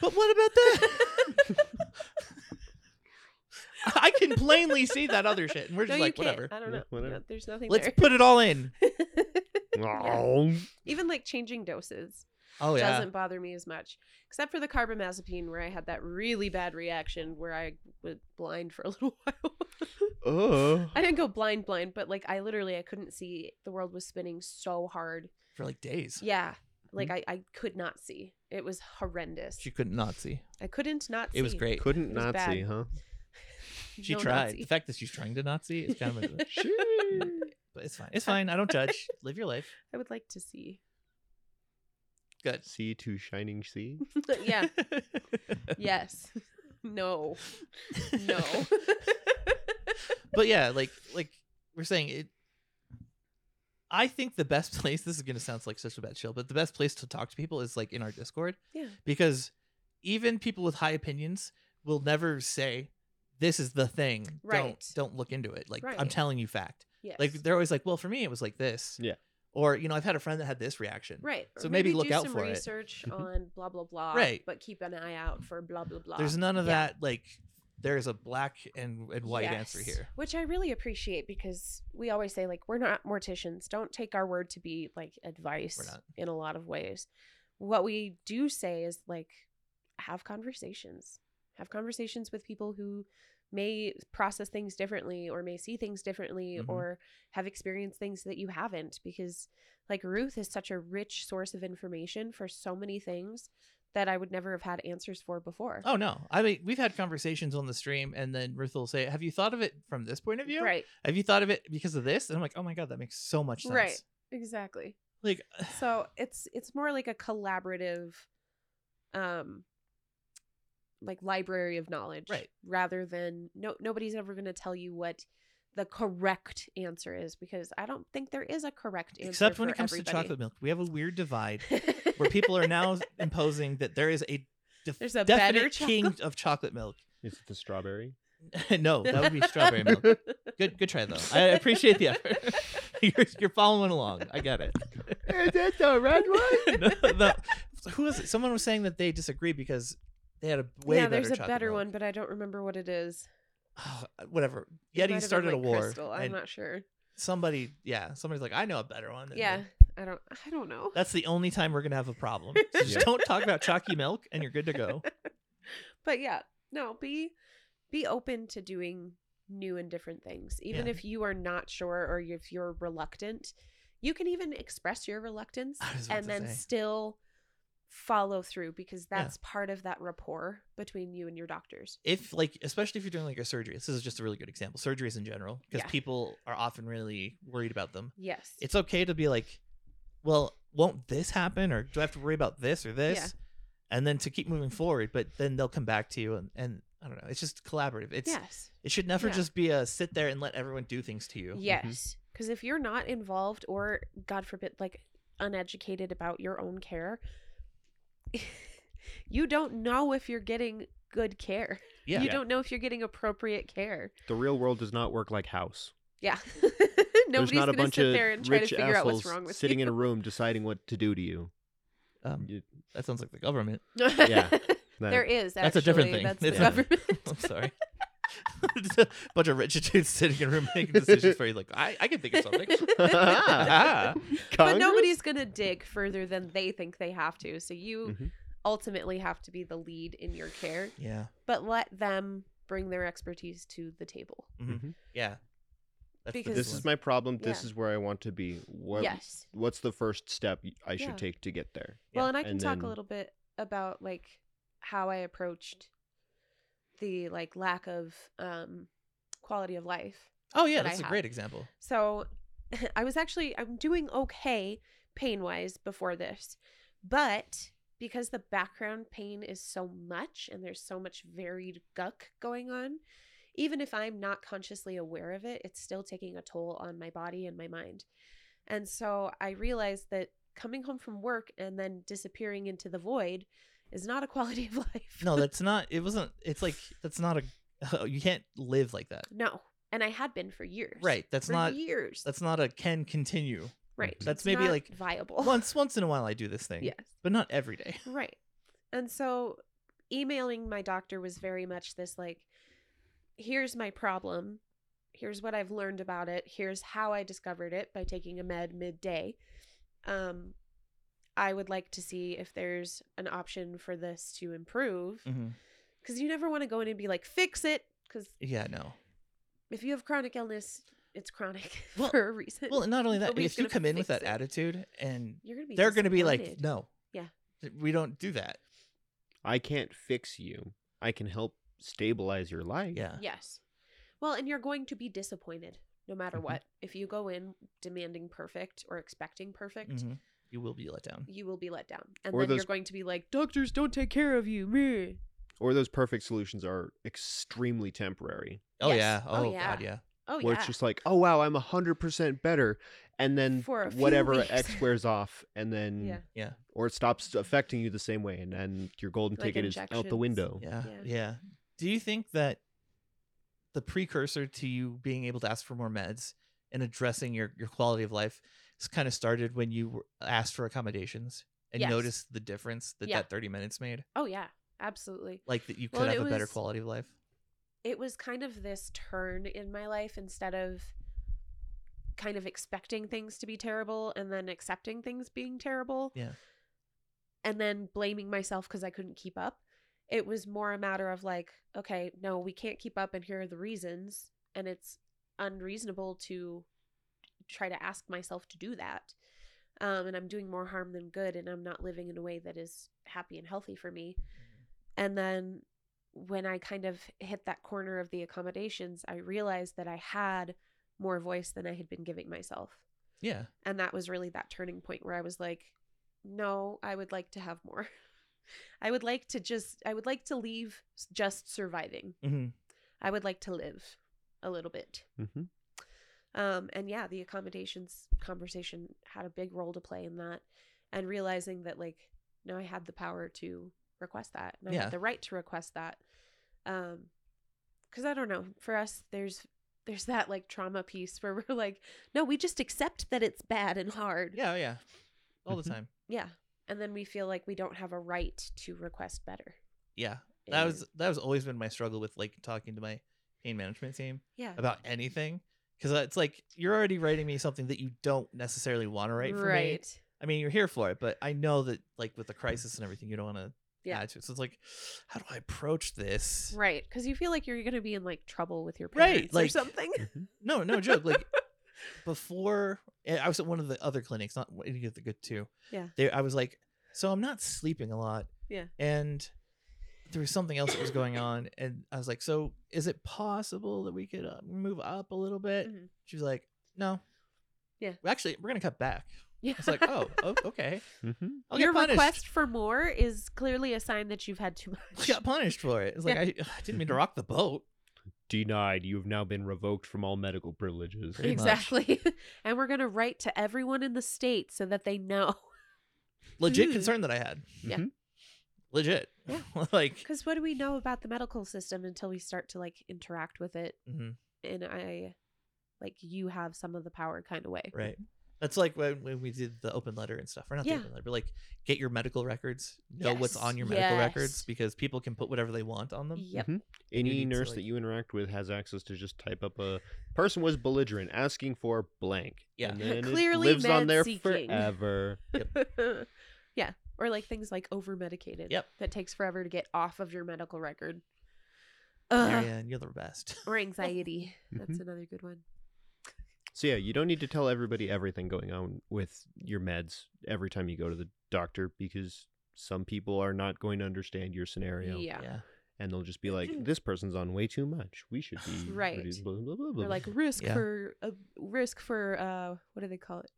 but what about that i can plainly see that other shit and we're
no,
just
you
like
can't.
whatever
i don't
Yeah,
know
whatever.
No, there's nothing
let's
there
put it all in
Oh.
even like changing doses
oh yeah
doesn't bother me as much except for the carbamazepine where i had that really bad reaction where i was blind for a little while
Oh.
i didn't go blind blind but like i literally i couldn't see the world was spinning so hard
for like days
yeah like I, I could not see it was horrendous
Mm-hmm. she couldn't not see
i couldn't not see
it was great
Couldn't
It was
not
bad.
see, huh?
she
No
tried
Nazi.
the fact that she's trying to not see is kind of a- but it's fine it's fine i don't judge live your life
i would like to see
good
See to shining sea.
yeah yes no no
but yeah, like like we're saying it. I think the best place. This is gonna sound like such a bad chill, but the best place to talk to people is like in our Discord
yeah
because even people with high opinions will never say this is the thing.
Right.
Don't don't look into it. Like I'm
Right.
telling you fact.
yes
Like they're always like, well, for me it was like this.
Yeah.
Or you know, I've had a friend that had this reaction.
Right. or
So maybe look
do
out
some
for it.
research on blah blah blah.
Right.
But keep an eye out for blah blah blah.
There's none of
Yeah.
that like. There is a black and, and white answer
Yes.
here.
Which I really appreciate because we always say like we're not morticians. Don't take our word to be like advice
We're not.
in a lot of ways. What we do say is like have conversations. have conversations with people who may process things differently or may see things differently
Mhm.
or have experienced things that you haven't because like Ruth is such a rich source of information for so many things that I would never have had answers for before.
Oh no. I mean, we've had conversations on the stream, and then Ruth will say, "Have you thought of it from this point of view?
right.
Have you thought of it because of this?" And I'm like, "Oh my god, that makes so much sense."
Right. Exactly.
Like,
so it's it's more like a collaborative um like library of knowledge
Right.
rather than no nobody's ever going to tell you what the correct answer is because i don't think there is a correct answer
except when
for
it comes to
everybody.
chocolate milk, we have a weird divide where people are now imposing that there is a, def-
There's a better
definite king of chocolate milk.
Is it the strawberry?
no, that would be strawberry milk. Good, good try though. I appreciate the effort. you're, you're following along. I get it.
That's the red
No, no. Who was it? Someone was saying that they disagree because they had a way
yeah
better.
there's a
chocolate
better
milk.
one but i don't remember what it is
Ah, whatever.
It might
Yeti
have been,
started a
like,
war,
Crystal, i'm
and
not sure
somebody, yeah, somebody's like, I know a better one. than
yeah
you."
i don't i don't know
that's the only time we're gonna have a problem. So just
Yeah.
don't talk about chalky milk, and you're good to go.
but yeah no be be open to doing new and different things even
Yeah.
if you are not sure or if you're reluctant you can even express your reluctance
I was about
and
to
then
say.
still follow through because that's part of that rapport between you and your doctors
If like, especially if you're doing like a surgery, this is just a really good example. Surgeries in general, because
Yeah.
people are often really worried about them.
yes
it's okay to be like, well, won't this happen? Or do I have to worry about this or this? And then to keep moving forward, but then they'll come back to you and, and I don't know. It's just collaborative. It's
yes
it should never
Yeah.
just be a sit there and let everyone do things to you. Mm-hmm.
yes because if you're not involved or god forbid like uneducated about your own care you don't know if you're getting good care
Yeah.
you
Yeah.
don't know if you're getting appropriate care
The real world does not work like house.
Yeah.
There's
Nobody's
not a
going to
bunch
sit
of
there and try to
rich
figure out what's
assholes
wrong with
sitting
you.
in a room deciding what to do to you.
Um,
You-
that sounds like the government.
Yeah, that-
there is. Actually.
That's a different thing.
That's the
It's-
government.
I'm sorry. Just a bunch of rich dudes sitting in a room making decisions for you. Like I, I can think of something. Ah.
but
Congress?
nobody's going to dig further than they think they have to. So you
Mhm.
ultimately have to be the lead in your care,
Yeah.
but let them bring their expertise to the table.
Yeah. That's
Because-
This is my problem. This
Yeah.
is where I want to be. What,
yes.
What's the first step I should
Yeah.
take to get there?
Well,
Yeah.
and I can
And
talk a
then-
little bit about like how I approached the like lack of um quality of life
Oh yeah,
that I
that's a
have.
great example.
So I was actually I'm doing okay pain wise before this. But because the background pain is so much and there's so much varied guck going on, even if I'm not consciously aware of it, it's still taking a toll on my body and my mind. And so I realized that coming home from work and then disappearing into the void is not a quality of life.
No, that's not. It wasn't. It's like that's not a. You can't live like that.
No. And I had been for years.
Right. That's
For
not.
years.
That's not a can continue.
right.
that's
It's
maybe,
not
like,
viable.
Once once in a while I do this thing.
yes.
But not every day.
Right. And so emailing my doctor was very much this like, here's my problem. Here's what I've learned about it. Here's how I discovered it by taking a med midday. Um, I would like to see if there's an option for this to improve
Mm. Mm-hmm.
because you never want to go in and be like, fix it. Because
Yeah. No.
if you have chronic illness, it's chronic
Well-
for a reason.
Well, and not only that,
Nobody's
if you
gonna
come in with
fix
that
it.
attitude, and
you're gonna be
they're going to be like,
disappointed.
no.
Yeah.
We don't do that.
I can't fix you. I can help stabilize your life.
Yeah.
Yes. Well, and you're going to be disappointed no matter
Mhm.
what. If you go in demanding perfect or expecting perfect,
Mhm. You will be let down.
you will be let down. And
Mm-hmm. Or
then
those-
you're going to be like, doctors don't take care of you. meh."
Or those perfect solutions are extremely temporary,
Oh
Yes.
yeah.
Oh,
Oh,
yeah.
god. Yeah.
Oh,
where
yeah.
it's just like, oh wow, I'm hundred percent better, and then
For a few
whatever
weeks.
X wears off, and then
Yeah.
Yeah.
or it stops affecting you the same way, and then your golden
Like
ticket is out the
injections.
window.
Yeah.
Yeah.
Yeah. Do you think that the precursor to you being able to ask for more meds and addressing your, your quality of life is kind of started when you were asked for accommodations and
Yes.
noticed the difference that
Yeah.
that 30 minutes made?
Oh, yeah. Absolutely.
Like that you could
Well,
have
it
a better
was-
quality of life?
it was kind of this turn in my life instead of kind of expecting things to be terrible and then accepting things being terrible.
Yeah.
And then blaming myself because I couldn't keep up. It was more a matter of like, okay, no, we can't keep up, and here are the reasons, and it's unreasonable to try to ask myself to do that. Um, and I'm doing more harm than good, and I'm not living in a way that is happy and healthy for me. And then when I kind of hit that corner of the accommodations, I realized that I had more voice than I had been giving myself.
Yeah.
And that was really that turning point where I was like, no, I would like to have more. I would like to just, I would like to leave s- just surviving.
Mm-hmm.
I would like to live a little bit.
Mm-hmm.
Um, and yeah, the accommodations conversation had a big role to play in that. And realizing that, like, no, I had the power to request that. And I
Yeah.
had the right to request that. Um, cause I don't know, for us, there's, there's that like trauma piece where we're like, no, we just accept that it's bad and hard.
Yeah. oh, Yeah. All the
Mhm.
time.
Yeah. And then we feel like we don't have a right to request better.
Yeah. That was
And-
that was always been my struggle with like talking to my pain management team
yeah.
about anything because it's like you're already writing me something that you don't necessarily want to write for me. I mean, you're here for it, but I know that like with the crisis and everything, you don't want to
Yeah.
add to it. So it's like, how do I approach this?
Right. Cuz you feel like you're going to be in like trouble with your
Right,
parents or
like-
something.
mm-hmm,
No, no joke. Like before, and I was at one of the other clinics, not any of the good two.
Yeah.
They, I was like, so I'm not sleeping a lot.
Yeah.
And there was something else that was going on, and I was like, so is it possible that we could uh, move up a little bit?
Mhm.
She was like, no.
Yeah.
Actually, we're gonna cut back.
Yeah.
It's like, oh, oh okay.
Mm-hmm.
I'll
Your
get punished.
Oh, request for more is clearly a sign that you've had too much.
She got punished for it. It's like
Yeah.
I, I didn't mean to rock the boat.
Denied. You have now been revoked from all medical privileges.
Pretty much.
exactly. and we're going to write to everyone in the state so that they know.
Legit
Ugh.
concern that I had.
Mm. Yeah.
Mhm.
Legit.
Yeah.
like.
Cuz what do we know about the medical system until we start to like interact with it
mhm.
in I like you have some of the power kind of way.
Right. That's like when, when we did the open letter and stuff. Or not
Yeah.
the open letter, but like get your medical records, know what's
Yes.
on your medical records
Yes.
because people can put whatever they want on them.
Yep.
Mhm. Any
need to,
nurse
like-
that you interact with has access to just type up a person was belligerent asking for blank.
Yeah.
And then
Clearly
it lives on
mad
there
seeking.
forever.
Mm-hmm.
yeah. Or like things like over medicated.
Yep.
That takes forever to get off of your medical record. Ugh.
Marianne, you're the best.
Or anxiety. That's
Mhm.
Mm-hmm.
another good one.
So yeah, you don't need to tell everybody everything going on with your meds every time you go to the doctor because some people are not going to understand your scenario
Yeah.
and they'll just be like, "This person's on way too much. We should be
Right.
reducing Blah, blah, blah, blah.
Or like risk
Yeah.
for uh, risk for uh what do they call it?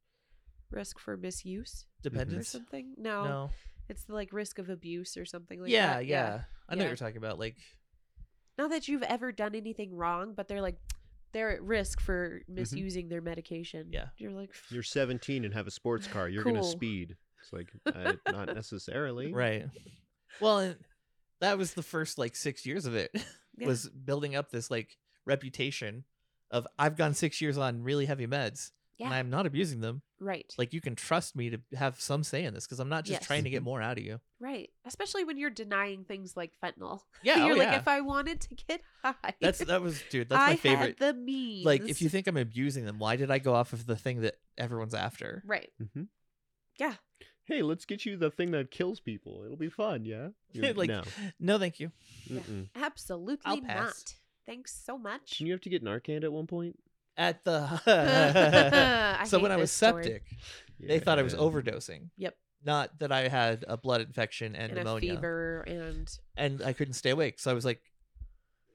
Risk for misuse or
Dependence.
something? No.
No.
It's the like risk of abuse or something like
yeah,
that.
yeah, I know
Yeah.
what you're talking about. Like
Not that you've ever done anything wrong, but they're like they're at risk for misusing their medication.
Mm-hmm. Yeah.
You're like
you're 17 and have a sports car. You're gonna
Cool.
speed. It's like uh, not necessarily.
Right. Well, and that was the first like six years of it.
Yeah.
Was building up this like reputation of I've gone six years on really heavy meds
Yeah.
and I'm not abusing them.
Right.
Like you can trust me to have some say in this because I'm not just
Yes.
trying to get more out of you.
Right. Especially when you're denying things like fentanyl.
Yeah,
you're
oh,
like,
yeah.
if I wanted to get high,
That's that was dude. That's
I
my favorite.
Had the means.
Like if you think I'm abusing them, why did I go off of the thing that everyone's after?
right,
Mm-hmm.
Yeah.
Hey, let's get you the thing that kills people. It'll be fun. Yeah. You're-
like
no.
no. thank you.
Yeah.
Mm-mm.
absolutely
I'll pass.
not. Thanks so much.
Didn't you have to get Narcan at one point?
At the
I
so
hate
when I
this
was
story.
septic, they thought I was
Yeah.
overdosing.
Yep.
Not that I had a blood infection and,
and a
pneumonia,
fever and
and I couldn't stay awake, so I was like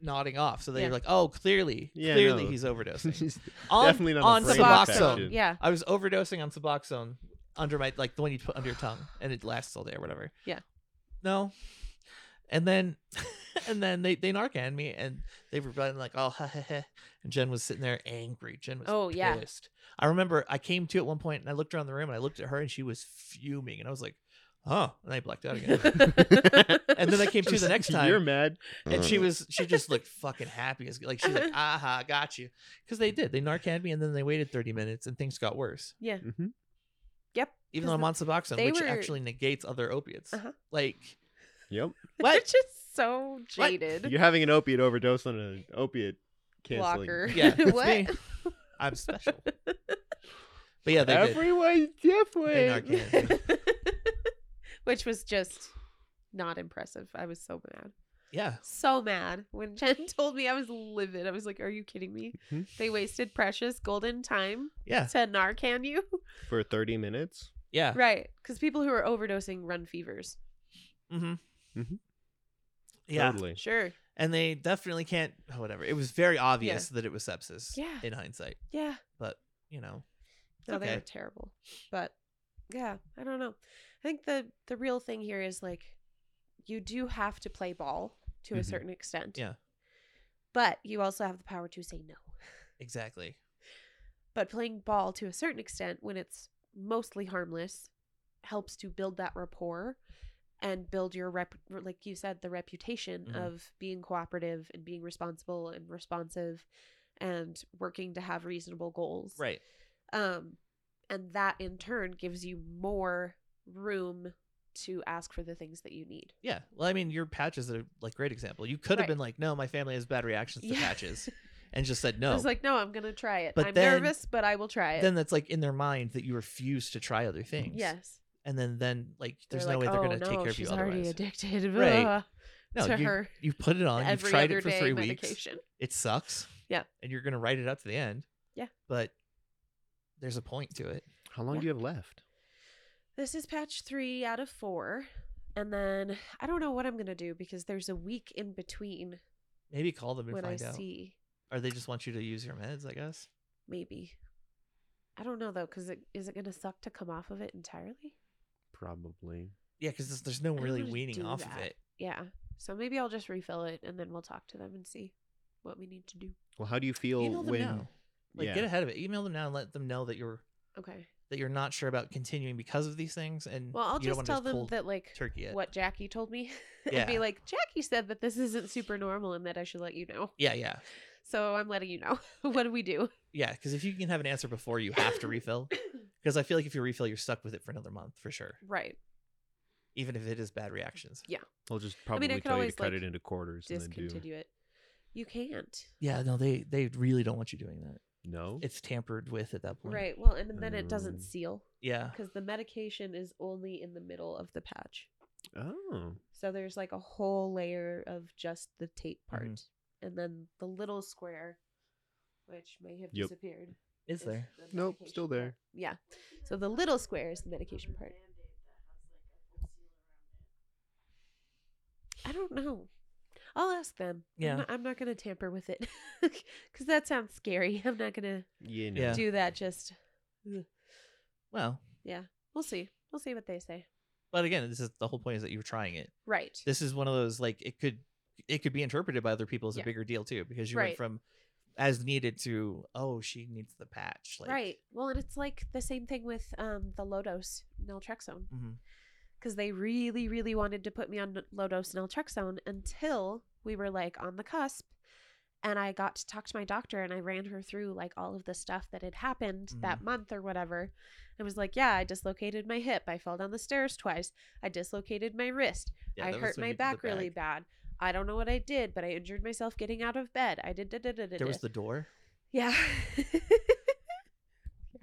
nodding off. So they
Yeah.
were like, "Oh, clearly,
Yeah,
clearly
no.
he's overdosing."
He's
on,
Definitely not a
on
brain
Suboxone.
infection.
yeah,
I was overdosing on Suboxone under my like the one you put under your tongue and it lasts all day or whatever.
Yeah.
No. And then and then they they narcan me and they were running like oh ha, ha, ha. and Jen was sitting there angry. Jen was
Oh,
oh
yeah.
yeah. I remember I came to at one point and I looked around the room and I looked at her and she was fuming and I was like, oh, and I blacked out again. and then I came to the next time
You're mad.
and
Uh.
she was she just looked fucking happy as like she's like aha got you because they did they narcan me and then they waited 30 minutes and things got worse
yeah,
Mm-hmm.
yep.
even
'Cause
though I'm
the-
on Suboxone,
they
which
were-
actually negates other opiates.
Uh-huh.
Like
Yep.
They're
what?
just so jaded.
You're having an opiate overdose on an opiate canceling.
Blocker.
yeah, it's
what?
me. I'm special. But yeah, they did.
Everyone's different.
They narcan.
Which was just not impressive. I was so mad.
Yeah.
So mad. When Jen told me I was livid, I was like, Are you kidding me?
Mm-hmm.
Mhm.
They wasted precious golden time
Yeah.
to Narcan you.
for 30 minutes.
Yeah.
right. Because people who are overdosing run fevers.
Mm-hmm.
Mhm.
Yeah.
Totally.
Sure.
And they definitely can't oh, whatever. It was very obvious that it was sepsis.
Yeah.
In hindsight.
Yeah.
But you know.
No, Oh, they were
Okay.
terrible. But yeah, I don't know. I think the the real thing here is like you do have to play ball to a
Mhm.
certain extent.
Yeah.
But you also have the power to say no.
Exactly.
But playing ball to a certain extent when it's mostly harmless helps to build that rapport and build your rep like you said the reputation
Mhm.
of being cooperative and being responsible and responsive and working to have reasonable goals
Right.
um and that in turn gives you more room to ask for the things that you need
Yeah. Well, I mean, your patches are like great example. You could
Right.
have been like, no, my family has bad reactions to patches, and just said
i
no.
was like no i'm gonna try it
But
i'm
then-
nervous but i will try it
then that's like in their mind that you refuse to try other things.
yes
And then then like
They're
there's no
like,
way they're
"Oh,
gonna
no,
take care of you
she's
otherwise.
already addicted
Right.
Ugh."
no,
to
you,
her
you put it on. You've
every
tried
other
it for
day
three weeks.
medication
It sucks.
Yeah.
And you're gonna write it up to the end.
Yeah.
But there's a point to it.
How long
Yeah.
do you have left?
this is patch three out of four and then i don't know what i'm gonna do because there's a week in between
Maybe call them and
when i
find out.
see
Or they just want you to use your meds, I guess.
maybe i don't know though because it, is it gonna suck to come off of it entirely
Probably.
Yeah, because there's no
don't
really
wanna
weaning
do
off of
that.
it.
Yeah. So maybe I'll just refill it and then we'll talk to them and see what we need to do.
Well, how do you feel
Email them
when?
now. Like
yeah.
get ahead of it. Email them now and let them know that you're
Okay.
that you're not sure about continuing because of these things. And
Well, I'll
you
just
don't wanna
tell them
cold
that like
turkey it.
what Jackie told me. and be
Yeah.
like, Jackie said that this isn't super normal and that I should let you know.
Yeah, yeah,
So I'm letting you know. what do we do?
yeah. Because if you can have an answer before you have to refill, because I feel like if you refill, you're stuck with it for another month for sure.
right.
Even if it is bad reactions.
I'll just
mean, I
probably
could
tell you
always,
to cut
like,
it into quarters and then do.
Discontinue it. You can't.
Yeah, no, they they really don't want you doing that.
No.
It's tampered with at that point. Mm.
Right. Well, and then it doesn't
Um,
seal
Yeah.
because the medication is only in the middle of the patch.
Oh.
So there's like a whole layer of just the tape
Mhm.
part. And then the little square, which may have
Yep.
disappeared.
Is there?
the
Nope,
medication
still there.
part. Yeah. So the little square is the medication part. I don't know. I'll ask them. I'm
Yeah.
not- I'm not, going to tamper with it because that sounds scary. I'm not going to
You know.
Yeah.
do that. Just
Well,
we'll see. We'll see what they say.
but again, this is the whole point is that you're trying it.
Right.
this is one of those like it could it could be interpreted by other people as
Yeah.
a bigger deal too because you
Right.
went from as needed to oh she needs the patch like
right. Well, and it's like the same thing with um, the low dose naltrexone.
mhm.
because they really, really wanted to put me on low dose naltrexone until we were like on the cusp. And I got to talk to my doctor and I ran her through like all of the stuff that had happened
Mm-hmm.
that month or whatever. I was like, yeah, I dislocated my hip. I fell down the stairs twice. I dislocated my wrist.
Yeah,
I
that was
hurt
when
my
you did the
back really bad. I don't know what I did, but I injured myself getting out of bed. I did. Da, da, da, da,
there was
da."
the door
Yeah.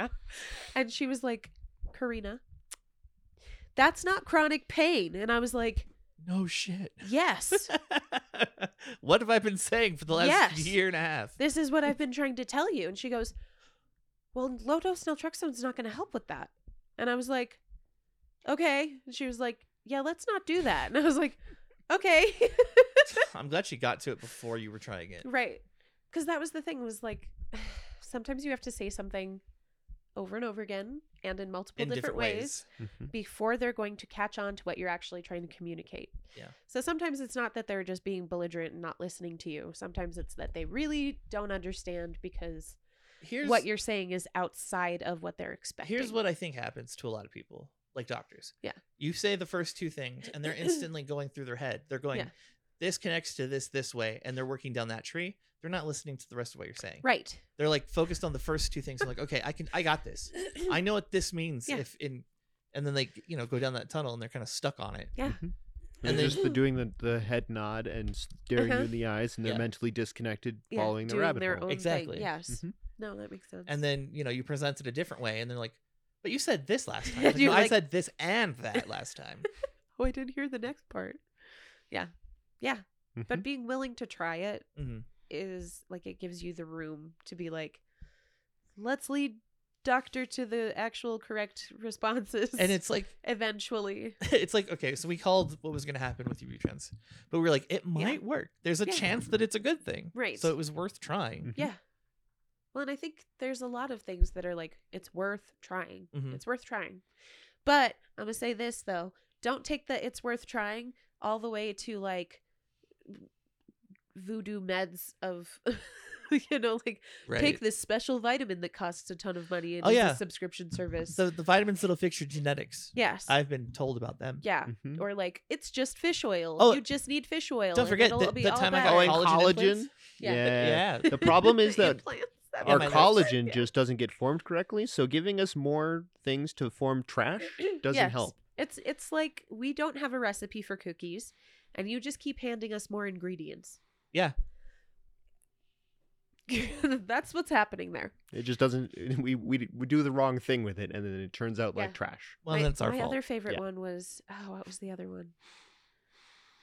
yeah. And she was like, Karina, that's not chronic pain. And I was like,
no shit
yes,
what have i been saying for the last
Yes.
year and a half
this is what I've been trying to tell you. And she goes, well, low dose naltrexone's not going to help with that. And I was like, okay. And she was like, yeah, let's not do that. And I was like, okay.
i'm glad she got to it before you were trying it
right. Because that was the thing was like, sometimes you have to say something over and over again and in multiple
in different ways
Mhm.
before they're going to catch on to what you're actually trying to communicate.
Yeah.
So sometimes it's not that they're just being belligerent and not listening to you. Sometimes it's that they really don't understand because
here's
what you're saying is outside of what they're expecting.
here's what i think happens to a lot of people like doctors
Yeah.
you say the first two things and they're instantly going through their head they're going
Yeah.
this connects to this this way and they're working down that tree they're not listening to the rest of what you're saying
Right.
they're like focused on the first two things. I'm like, okay, I can, I got this. I know what this means.
Yeah.
If in, and then they, you know, go down that tunnel and they're kind of stuck on it.
Yeah.
Mhm.
And
And
then-
just the, doing the, the head nod and staring
Uh-huh.
you in the eyes, and they're
Yeah.
mentally disconnected,
Yeah,
following the
doing
rabbit
their
hole.
own thing.
Exactly. Mm-hmm.
Yes.
Mhm.
No, that makes sense.
And then you know you present it a different way, and they're like, but you said this last time. It's like,
You're
"No, I
like-
said this and that last time.
Oh, I didn't hear the next part. Yeah. Yeah.
Mm-hmm.
But being willing to try it
Mhm.
is like it gives you the room to be like, let's lead doctor to the actual correct responses.
And it's like
eventually.
it's like okay, so we called what was going to happen with Ubutrans, but we were like, it might work. There's a
Yeah.
chance that it's a good thing,
Right.
So it was worth trying.
Mhm.
Yeah. Well, and I think there's a lot of things that are like, it's worth trying.
Mhm.
It's worth trying. But I'm going to say this, though. Don't take the it's worth trying all the way to like voodoo meds of, you know, like
Right.
take this special vitamin that costs a ton of money and
Oh,
is
yeah.
a subscription service.
so the vitamins that'll fix your genetics.
yes.
I've been told about them.
yeah.
Mhm.
Or like, it's just fish oil.
Mm-hmm. Oh,
you just need fish oil.
Don't
and
forget
it'll
the,
be
the
all
time I
better.
got
Oh,
collagen.
and
Eh,
collagen?
implants?
Yeah.
Yeah.
The problem is that
Implants. That
our
makes
my
sense.
collagen
Yeah.
just doesn't get formed correctly, so giving us more things to form trash doesn't
Yes.
help.
It's it's like we don't have a recipe for cookies, and you just keep handing us more ingredients.
Yeah.
That's what's happening there.
It just doesn't. We we we do the wrong thing with it, and then it turns out
Yeah.
like trash.
Well,
my,
that's our
my
fault.
other favorite
Yeah.
one was oh, what was the other one?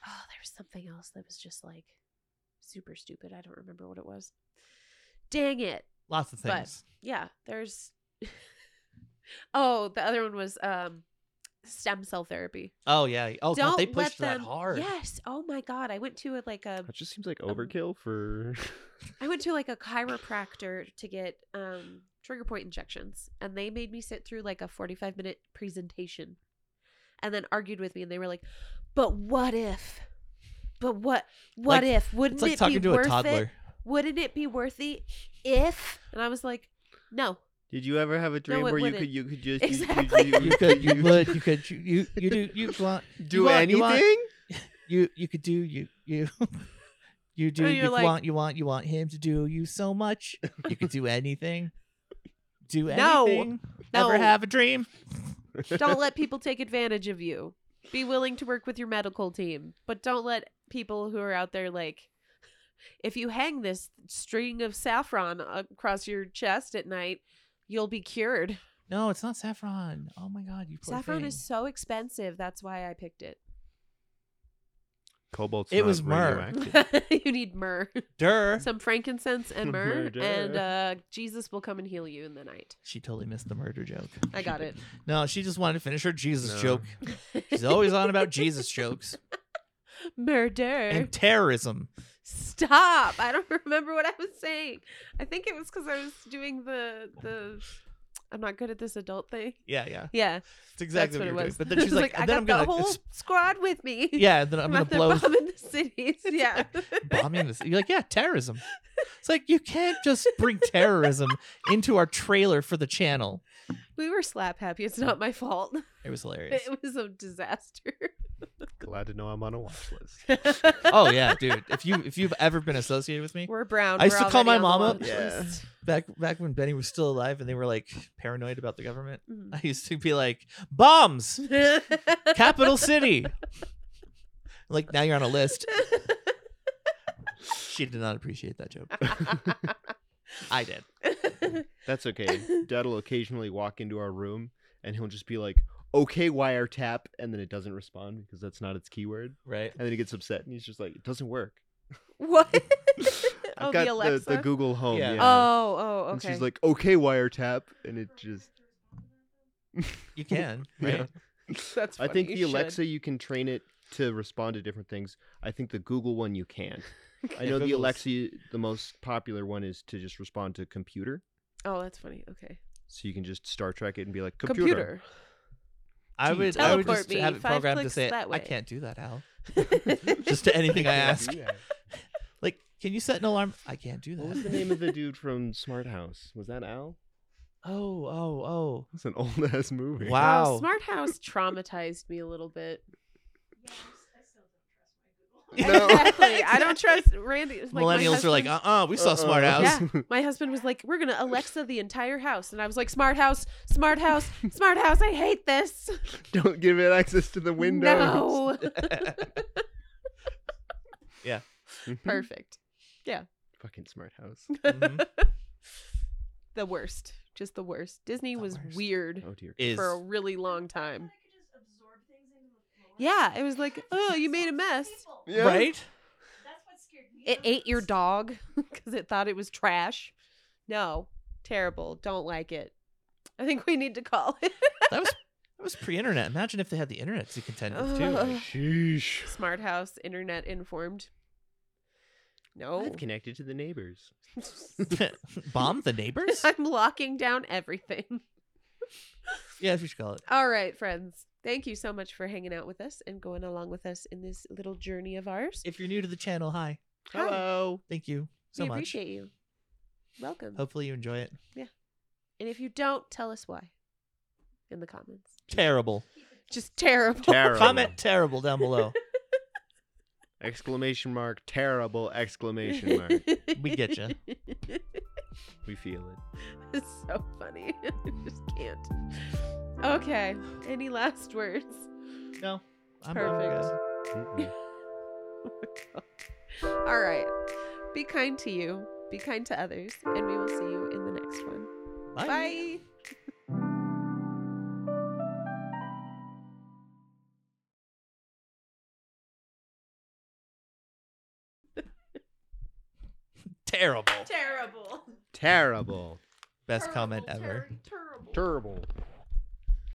Oh, there was something else that was just like super stupid. I don't remember what it was. Dang it!
Lots of
but-
things.
Yeah, there's. oh, the other one was um, stem cell therapy.
Oh yeah. Oh god, they pushed
let
that hard.
Yes. Oh my god, I went to a, like a
That just seems like overkill for.
I went to like a chiropractor to get um trigger point injections and they made me sit through like a 45 minute presentation and then argued with me and they were like, "But what if? But what what
Like-
if? Wouldn't
It's like
it
talking
be
to a
worth
toddler.
it? Wouldn't it be worth it if?" And I was like, "No."
Did you ever have a dream
it
where you
wouldn't.
could you could just
Exactly.
You could, you would, you could, you, you, you do, you want,
do
want- you
anything?
want- you, you could do, you, you, you do,
And
you
you're like-
want, you want, you want him to do you so much. You could do anything. Do
No.
anything.
No.
Never have a dream.
Don't let people take advantage of you. Be willing to work with your medical team, but don't let people who are out there like if you hang this string of saffron across your chest at night, you'll be cured.
No, it's not saffron. Oh my god, you poor
saffron
thing.
is so expensive. That's why I picked it.
Cobalt's
It
not
was myrrh.
radioactive.
you need myrrh,
Dur.
some frankincense and myrrh,
Murder.
and uh, Jesus will come and heal you in the night.
She totally missed the murder joke.
I got it.
No, she just wanted to finish her Jesus
No.
joke. She's always on about Jesus jokes
Murder.
and terrorism.
Stop! I don't remember what I was saying. I think it was because I was doing the the. I'm not good at this adult thing.
Yeah, yeah.
Yeah,
It's exactly
that's what,
what, you're
it
doing.
was.
But then she's
I was
like,
I
and then
got
I'm gonna
the whole
it's-
squad with me.
Yeah, then I'm
Out
gonna
there
blow
bombing the cities. Yeah,
bombing this. You're like, yeah, terrorism. It's like you can't just bring terrorism into our trailer for the channel.
we were slap happy. It's not my fault.
It was hilarious.
It was a disaster.
Glad to know I'm on a watch list.
Oh yeah, dude. If you if you've ever been associated with me
We're brown.
I used
We're
to call my
already on the
mom up.
watch
Yeah.
list.
back back when Benny was still alive and they were like paranoid about the government,
Mhm.
I used to be like, bombs, capital city. Like now you're on a list. She did not appreciate that joke. I did.
Mm-hmm.
That's okay. Dad will occasionally walk into our room and he'll just be like, okay, wiretap. And then it doesn't respond because that's not its keyword.
Right.
And then he gets upset and he's just like, it doesn't work.
what?
I've
oh,
got
the Alexa.
The, Google Home.
Yeah.
Yeah.
Oh, oh, okay.
And she's like, okay, wiretap. And it just.
You can. Right.
Yeah.
That's
I think
funny,
the
you should.
Alexa, you can train it to respond to different things. I think the Google one, you can. I
Yeah,
know the
Google's-
Alexa, the most popular one is to just respond to computer.
Oh, that's funny. Okay.
So you can just Star Trek it and be like, computer.
Computer.
I
Gee,
would, I would
teleport
just
me
have it
five
programmed to
clicks
say,
that
I
way."
can't do that, Al. Just to anything I ask. Like, can you set an alarm? I can't do
What was the
that.
name of the dude from Smart House? Was that Al?
Oh, oh,
It's an old ass movie.
oh.
Oh,
Wow.
Smart House traumatized me a little bit.
No.
Exactly. I don't trust Randy. it's Like my
Millennials are like,
husband-
uh uh we saw
Uh-uh.
Smart House.
Yeah. My husband was like, "We're gonna Alexa the entire house," and I was like, "Smart house, smart house, smart house. I hate this.
Don't give it access to the windows.
No.
Mhm.
Perfect.
Fucking Smart House.
Mhm.
The worst. Just the worst. Disney
The
was
worst.
weird
Oh dear.
Is
for a really long time. Yeah, it was like, oh, you made a mess.
Yeah.
Right?
It ate your dog because it thought it was trash. No, terrible. Don't like it. I think we need to call it.
That was that was pre-internet. Imagine if they had the internet to contend with too.
Ugh.
Sheesh.
Smart house, internet informed. No.
I've connected to the neighbors.
Bomb the neighbors?
I'm locking down everything.
yeah, we should call it.
All right, friends. Thank you so much for hanging out with us and going along with us in this little journey of ours.
If you're new to the channel, hi.
Hi.
Hello. Thank you so
we
much.
appreciate you. Welcome.
Hopefully you enjoy it.
And if you don't, tell us why in the comments.
Terrible.
Just terrible.
Terrible.
Comment terrible down below.
Exclamation mark. Terrible exclamation mark.
We get ya.
we feel it.
It's so funny. I just can't. Okay. Any last words?
No. I'm
Perfect.
Perfect.
Mm-mm.
All right. Be kind to you, be kind to others, and we will see you in the next one.
Bye.
Bye.
Terrible.
Terrible.
Terrible.
Best comment ever.
Terrible.
Terrible.